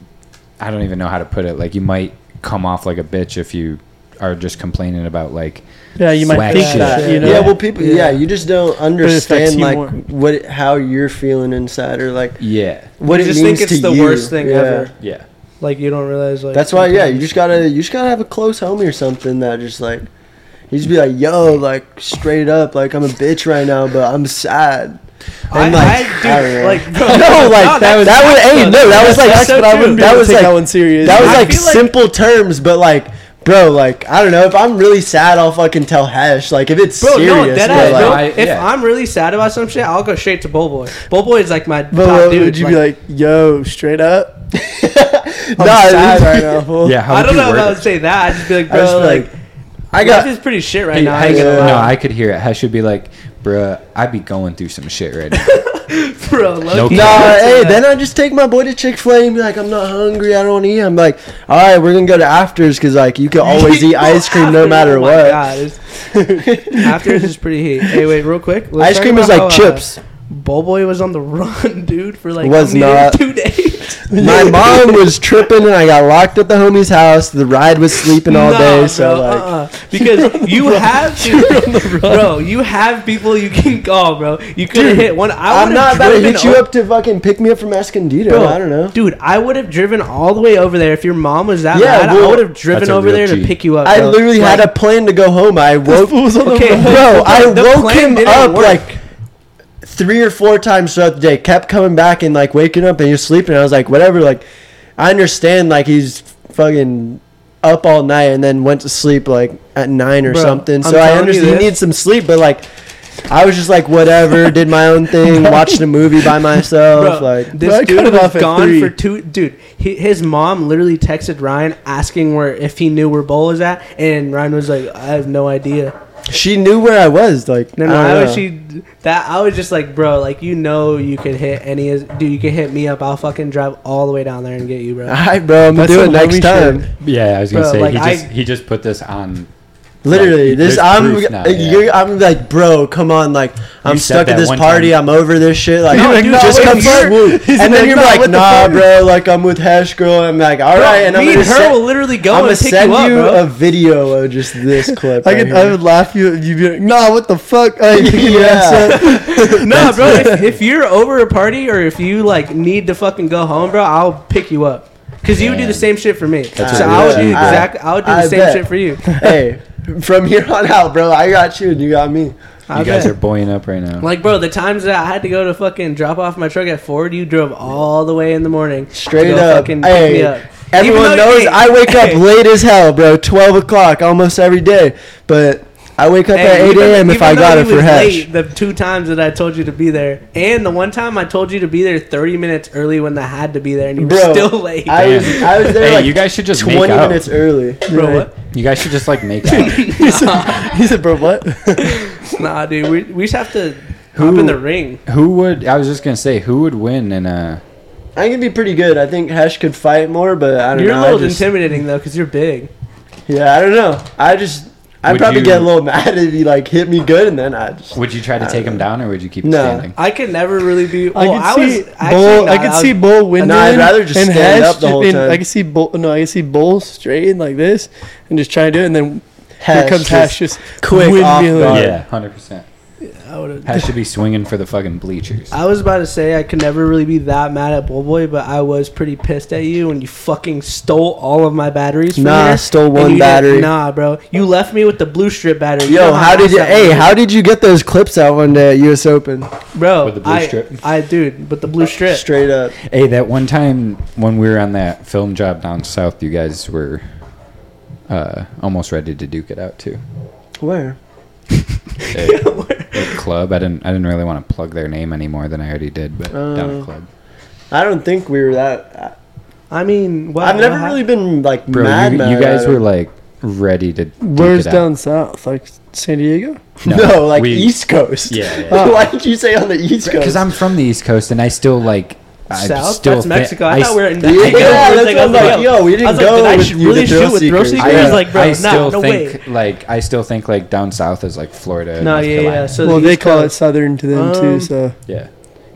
I don't even know how to put it. Like, you might come off like a bitch if you are just complaining about like, yeah, you might Swag think shit. that, you know. Yeah, well, people. Yeah. Yeah. you just don't affects understand you like more. what it- how you're feeling inside or like yeah, what you it just means think it's to the you. worst thing Yeah. ever. yeah, Like you don't realize. Like That's why. Yeah, you sometimes- just gotta you just gotta have a close homie or something that just like you just be like, yo, like straight up, like I'm a bitch right now, but I'm sad. I, And, I, like, do I don't know. like bro, No, like that was that was hey, no, that was like That's so but I true. wouldn't be able that to was take like that that one one serious. That was I like feel like- simple terms, but like, bro, like I don't know. If I'm really sad, I'll fucking tell Hesh. Like if it's Bro, serious, no, that but, ass, like- bro. I- if yeah. I'm really sad about some shit, I'll go straight to Bullboy. Bullboy is like my but top what dude. would you be like, yo, straight up? like, I'm (laughs) (laughs) nah, sad dude. (laughs) right now. Fool. yeah. How I would don't you know if word I it? would say that. I'd just be like, I bro, just be like, like, I got life is pretty shit right Hey, now. how I uh, you- ain't gonna no, lie. I could hear it. Hesh would be like, "Bruh, I'd be going through some shit right now." bro, low No key, Nah, I would say hey, that. then I just take my boy to Chick Fil A and be like, I'm not hungry, I don't want to eat. I'm like, all right, we're gonna go to afters because like you can always (laughs) eat ice cream no After- matter oh my what. God, (laughs) it's- After is just pretty heat. Hey, wait, real quick. let's Ice talk cream is about like how, uh, chips. Bullboy was on the (laughs) run, dude, for like Was was not. not two days. (laughs) My mom was tripping and I got locked at the homie's house. The ride was sleeping all Nah, day, so bro, like, uh-uh. (laughs) because you have to, bro. You have people you can call, bro. You could have hit one. I I'm would've not about to driven hit you o- up to fucking pick me up from Escondido. Bro, I don't know. dude. I would have driven all the way over there if your mom was that Yeah, mad. well, I would have driven That's a over real there G. to pick you up. I bro. literally Like, had a plan to go home. I woke. okay, the- Bro, I the woke plan him didn't up work. like three or four times throughout the day. Kept coming back and like waking up and you're sleeping. I was like, whatever. Like, I understand. Like he's fucking up all night and then went to sleep like at nine or Bro, something. I'm So I telling you understand he this. needs some sleep, but like. I was just like (laughs) whatever, did my own thing, watched a movie by myself, Bro, like this Bro, I cut dude it was off at gone three. for two. Dude, he, his mom literally texted Ryan asking where if he knew where Bull was at, and Ryan was like, "I have no idea." she knew where I was, like No, I no, don't I, know. was she that I was just like, bro, like you know, you could hit any, dude, you could hit me up. I'll fucking drive all the way down there and get you, bro. Alright bro, I'm gonna That's do it some next homie time. (laughs) yeah, I was gonna Bro, say like, he I- just he just put this on. Literally, Like, this there's I'm proof now, uh, yeah. you're, I'm like, bro, come on, like I'm said stuck at that this one party, I'm over this shit, like, You're like, "No, just wait, come you're-" swoop. He's And then like, you're "No, like, what the nah, fuck?" bro, like I'm with Hash Girl, I'm like, all Bro, right, and I'm me gonna and her send, will literally go I'm gonna and pick you send up, you, bro. a video of just this clip. I right could, I (laughs) here. would laugh you. You'd be like, nah, what the fuck? (laughs) I ain't picking your ass Yeah. up. (laughs) No, bro. If, if you're over a party or if you like need to fucking go home, bro, I'll pick you up. Cause you would do the same Damn. shit for me. That's so what I we would do. do I- exact. I would do the I same bet. shit for (laughs) you. hey, from here on out, bro, I got you and you got me. I you guys bet. are buoying up right now. like, bro. The times that I had to go to fucking drop off my truck at Ford, you drove all the way in the morning. to Straight go up, fucking hey, pick me up. Everyone Even though- knows hey, I wake hey. up late as hell, bro, 12 o'clock almost every day, but I wake up Hey, at 8 even- a.m. if even I though got he it for was Hesh. late The two times that I told you to be there, and the one time I told you to be there 30 minutes early when I had to be there, and you Bro, were still (laughs) late. I was, Damn. I was there hey, like you guys should just make 20 out. minutes early. bro, what? You guys should just like (laughs) make out. he, said, he said, bro, what? Nah, dude, we, we just have to hop in the ring. Who would? I was just gonna say, who would win in a? I think it'd be pretty good. I think Hesh could fight more, but I don't You're know. a little I just, intimidating though, because you're big. yeah, I don't know. I just, I'd Would probably you- get a little (laughs) mad if he like hit me good, and then I just. Would you try to take him down, or would you keep Uh, No. standing? I could never really be. I Well, could I, see was actually. Bull. nah, I could was- see Bull win. No, I'd rather just stand up the whole time. I could see Bull. No, I could see Bull straight like this and just try and do it, and then Here Hash comes Hash just quick off windmilling. guard. Oh, Yeah, hundred percent. I would Pat should be swinging for the fucking bleachers. I was about to say I could never really be that mad at Bullboy, but I was pretty pissed at you when you fucking stole all of my batteries. From Nah, here, stole and one you didn't- battery. Nah, bro, you left me with the blue strip battery. Yo, know how did nice you? that Hey, was. how did you get those clips out one day at U.S. Open? bro? With the blue I, strip? I dude, with the blue strip. Straight up. Hey, that one time when we were on that film job down south, you guys were uh, almost ready to duke it out too. (laughs) Where? (laughs) A, a club. I didn't. I didn't really want to plug their name any more than I already did, but down Uh, at club. I don't think we were that. I mean, wow, I've never what really happened? been like Bro, mad. you, mad you guys at were him. like ready to. duke Where's it out. down south? Like San Diego? no, like we- East Coast. (laughs) Yeah, yeah, Why did you say on the East Coast? Because I'm from the East Coast, and I still like. I South. still That's thi- Mexico. I, I thought we were in Yeah, Mexico. that's I was like, what I'm I was like, yo, we didn't I was like, go did I with should you, really the shoot thrill with thrill seekers. seekers? I- He's like, bro, I nah, still no think way. like I still think like down south is like Florida. No, North yeah, Carolina. yeah. So well, the they East call Coast- it Southern to them Um, too. So yeah.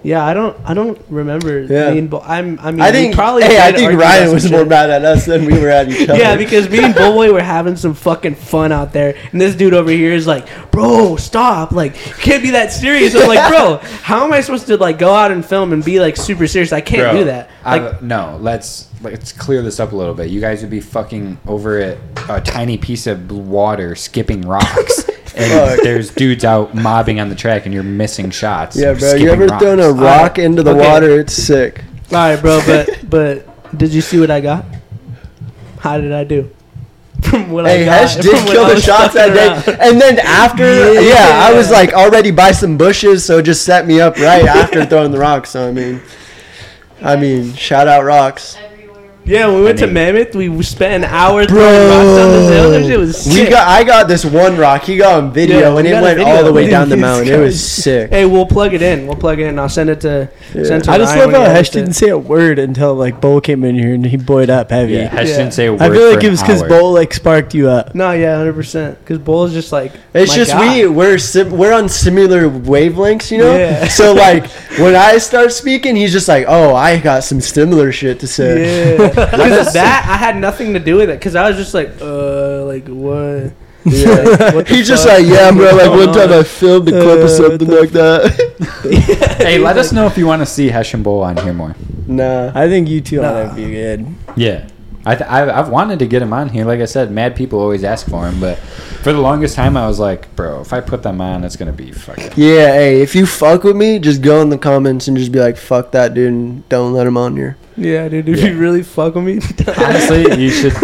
Yeah, I don't, I don't remember. Yeah. Me and Bull, I'm, I mean, I we think. probably. hey, I did think argue Ryan about was some more shit. mad at us than we were at each other. (laughs) Yeah, because me and Bullboy were having some fucking fun out there, and this dude over here is like, "Bro, stop! Like, you can't be that serious." I'm like, "Bro, how am I supposed to like go out and film and be like super serious? I can't Bro, do that." I- Like, no, let's let's clear this up a little bit. You guys would be fucking over at a tiny piece of bl- water, skipping (laughs) rocks, and Fuck. there's dudes out mobbing on the track, and you're missing shots. Yeah, You're bro. You skipping ever rocks. thrown a rock Uh, into the okay. water? It's sick. all right, bro, (laughs) but but did you see what I got? How did I do? (laughs) From what Hey, I got, Hesh did (laughs) from when kill I the was shots that fucking day. around. And then after, yeah. I (laughs) was Yeah. like already by some bushes, so it just set me up (laughs) right after throwing the rock. So I mean, I mean, shout out rocks. Everywhere. we Yeah, when we went I to mean- Mammoth, we spent an hour Bro, throwing rocks on this hill. That shit was sick. we got I got this one rock. He got on video, Yeah, and we it got a went video. all the way We down the did mountain. It was sick. Hey, we'll plug it in. We'll plug it in. I'll send it to. Send it to I just Ryan love when how he Hesh edits it. didn't say a word until like Bo came in here and he boyed up heavy. Yeah, I just Yeah. didn't say a word. I feel for like an it was because hour. Bo like sparked you up. No, yeah, hundred percent. Because Bull's just like It's my just guy. we we're sim- we're on similar wavelengths, you know. Yeah. So (laughs) like when I start speaking, he's just like, "Oh, I got some similar shit to say." (laughs) Yeah, because that I had nothing to do with it. Because I was just like, uh, like what? Yeah. What the He's just fuck? like, yeah, bro. Like one What's going time on? (laughs) I filmed a clip Uh, or something like that. Hey, let (laughs) us know if you want to see Hesh and Bowl on here more. nah. I think you two ought Nah. to be good. Yeah. I th- I've, I've wanted to get him on here. Like I said, mad people always ask for him, but for the longest time, I was like, bro, if I put them on, it's gonna (laughs) be fucking. Yeah, hey, if you fuck with me, just go in the comments and just be like, fuck that dude and don't let him on here. Yeah, dude. If Yeah. you really fuck with me, (laughs) Honestly, you should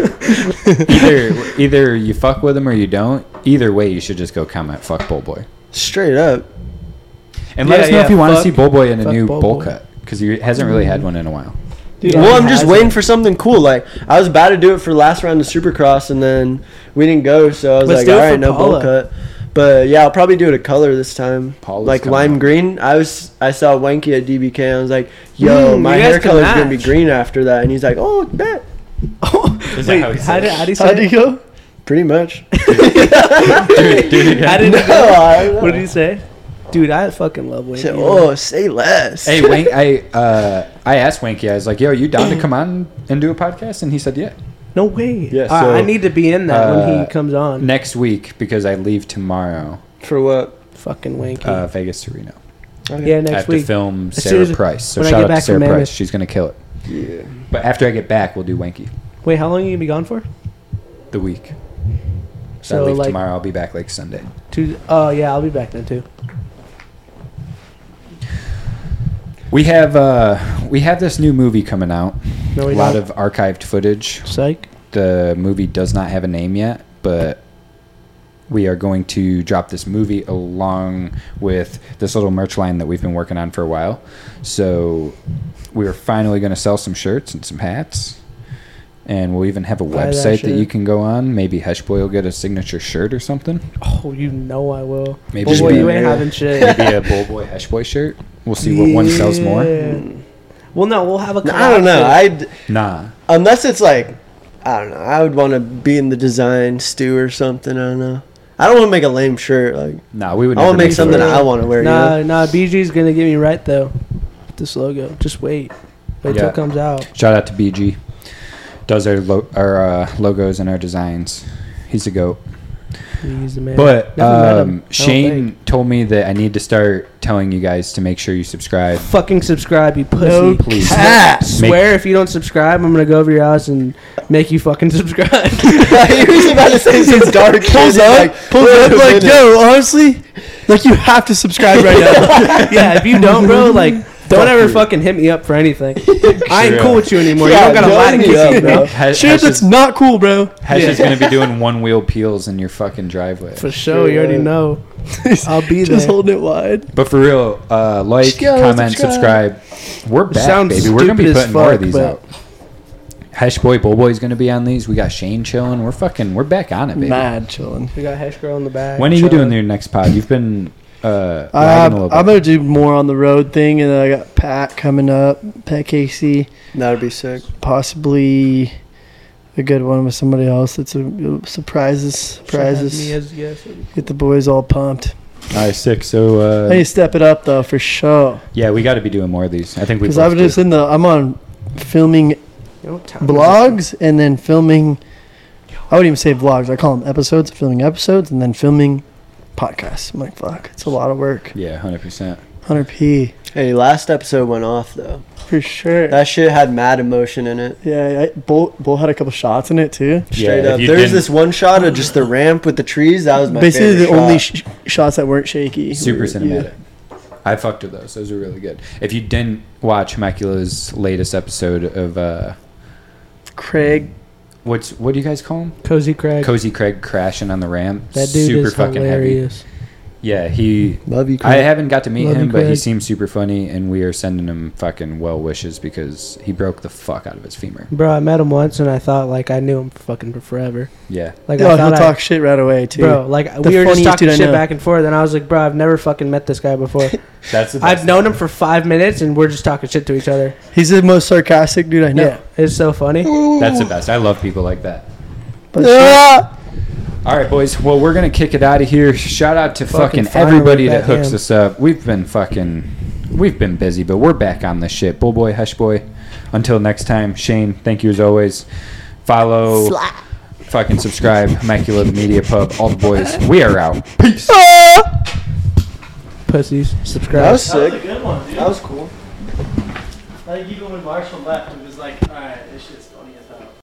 either either you fuck with him or you don't. Either way, you should just go comment fuck Bull Boy Straight up. and let Yeah, us know yeah, if you want to fuck- see Bull Boy in a fuck new Bull bowl Boy. cut because he hasn't really had one in (laughs) a while. Dude, well, I'm I'm just happy. waiting for something cool. Like, I was about to do it for last round of Supercross and then we didn't go, so I was Let's like, do it all for right, no bowl Paula. cut. But yeah, I'll probably do it a color this time, Paula's like coming lime up. green. I was I saw Wanky at DBK. and I was like, "Yo, Mm, my you guys hair can color's gonna be match. green after that," and he's like, "Oh, bet, Oh, Is that wait, how he how said did it? how did he How'd say? it? go?" Pretty much. How did he (laughs) No, go? I don't know. What did he say? Dude, I fucking love I Wayne. said, "Oh, say (laughs) less." Hey, Wank, I uh, I asked Wanky, I was like, yo, you down to come on and do a podcast? And he said, yeah. no way. Yeah, All right, so, I need to be in that when uh, he comes on. Next week because I leave tomorrow, For what? fucking wanky. uh, Vegas to Reno. yeah, I next have to week. film As Sarah soon as- Price. So when I shout get out to back Sarah from Price. Mammoth. She's gonna kill it. Yeah. But after I get back, we'll do Wanky Wait, how long are you gonna be gone for? the week. So, I So leave like tomorrow. I'll be back like Sunday. two oh yeah, I'll be back then too. We have uh, we have this new movie coming out. No, a Oh, we lot don't. of archived footage. psych. The movie does not have a name yet, but we are going to drop this movie along with this little merch line that we've been working on for a while. So we are finally going to sell some shirts and some hats. And we'll even have a Buy that website that, you shit. can go on. Maybe Heshboy will get a signature shirt or something. Oh, you know I will. Maybe Boy, it'll be you be, ain't there. having shit. maybe a Bull Boy Heshboy shirt. We'll (laughs) see what one sells more. Yeah. Well, no, we'll have a. No, I don't know. collab. I Nah. unless it's like I don't know. I would want to be in the design stew or something. I don't know. I don't want to make a lame shirt. (laughs) Like (laughs) Nah, we would I never want to make do something that. I want to wear. nah, You know? nah. BG's gonna get me right though. With this logo. Just wait. Wait till Yeah. it comes out. Shout out to BG. Does our lo- our uh, logos and our designs. He's a goat. We use the man. But Never met him, um, I don't Shane told me that I need to start telling you guys to make sure you subscribe. fucking subscribe, you pussy. No Please. Swear- Make- Swear if you don't subscribe, I'm gonna go over your house and make you fucking (laughs) (laughs) subscribe. he was about to (laughs) say since dark. Pulls up, pulls up, like, yo, honestly, like you have to subscribe right (laughs) now. yeah, if you don't, (laughs) bro, like, don't ever fucking hit me up for anything. I ain't cool with you anymore. you don't gotta lie to don't me, hit me up, (laughs) bro. bro. Hesh, Shit, Hesh that's is, not cool, bro. Hesh is gonna be doing one wheel peels in your fucking driveway. For sure, you already know. I'll be there. Just holding it wide. But for real, uh, like, Go, comment, subscribe. subscribe. We're back, Sounds baby. We're gonna be stupid as putting more of fuck, these but- out. Hesh boy, Bull boy's gonna be on these. We got Shane chilling. We're fucking. We're back on it, baby. Mad chilling. We got Hesh Girl in the back. When are you chilling. doing your next pod? You've been uh, lagging a Uh, little I'm bit. gonna do more on the road thing, and then I got Pat coming up, Pat Casey, That'd be sick. possibly a good one with somebody else. That's a surprises, Should have me surprises. as a guest. Get the boys all pumped. All right, sick. So I need uh, to step it up though for sure, yeah, we got to be doing more of these. I think we. because I both was do. just in the. I'm on filming You know what time is it? blogs and then filming. I wouldn't even say vlogs. I call them episodes. Filming episodes and then filming podcasts. I'm like, fuck, it's a lot of work. Yeah, hundred percent. 100p Hey, last episode went off though. for sure. That shit had mad emotion in it. Yeah, I, Bull, Bull had a couple shots in it too. Straight if up. you There was didn't- this one shot of just the ramp with the trees. That was my Basically, the favorite only shot. sh- shots that weren't shaky. super were- cinematic. I fucked with those. Those are really good. If you didn't watch Macula's latest episode of uh, yeah. Craig, what's what do you guys call him? Cozy Craig. Cozy Craig crashing on the ram. that dude is hilarious. heavy. Yeah, he. Love you. I haven't got to meet Love you, him, but he Craig. seems super funny, and we are sending him fucking well wishes because he broke the fuck out of his femur. Bro, I met him once and I thought like I knew him fucking for forever. Yeah, Like oh, I he'll thought I, talk shit right away too. bro, like The we were just funniest talking dude I shit know. back and forth, and I was like, bro, I've never fucking met this (laughs) guy before. that's the I've known him for five minutes, and we're just talking shit to each other. He's the most sarcastic dude I know. Yeah, it's so funny. That's the best. I love people like that. But ah! All right, boys. Well, we're gonna kick it out of here. Shout out to Fucking fucking, finally everybody we're that back hooks in. us up. We've been fucking, we've been busy, but we're back on this shit. Bull boy, hush boy. Until next time, Shane. Thank you as always. Follow, fucking subscribe, Macula the Media Pub. All the boys. We are out. Peace. Pussies, subscribe. That was sick. good one, dude. That was cool. I think even when Marshall left, it was like, all right, this shit's funny.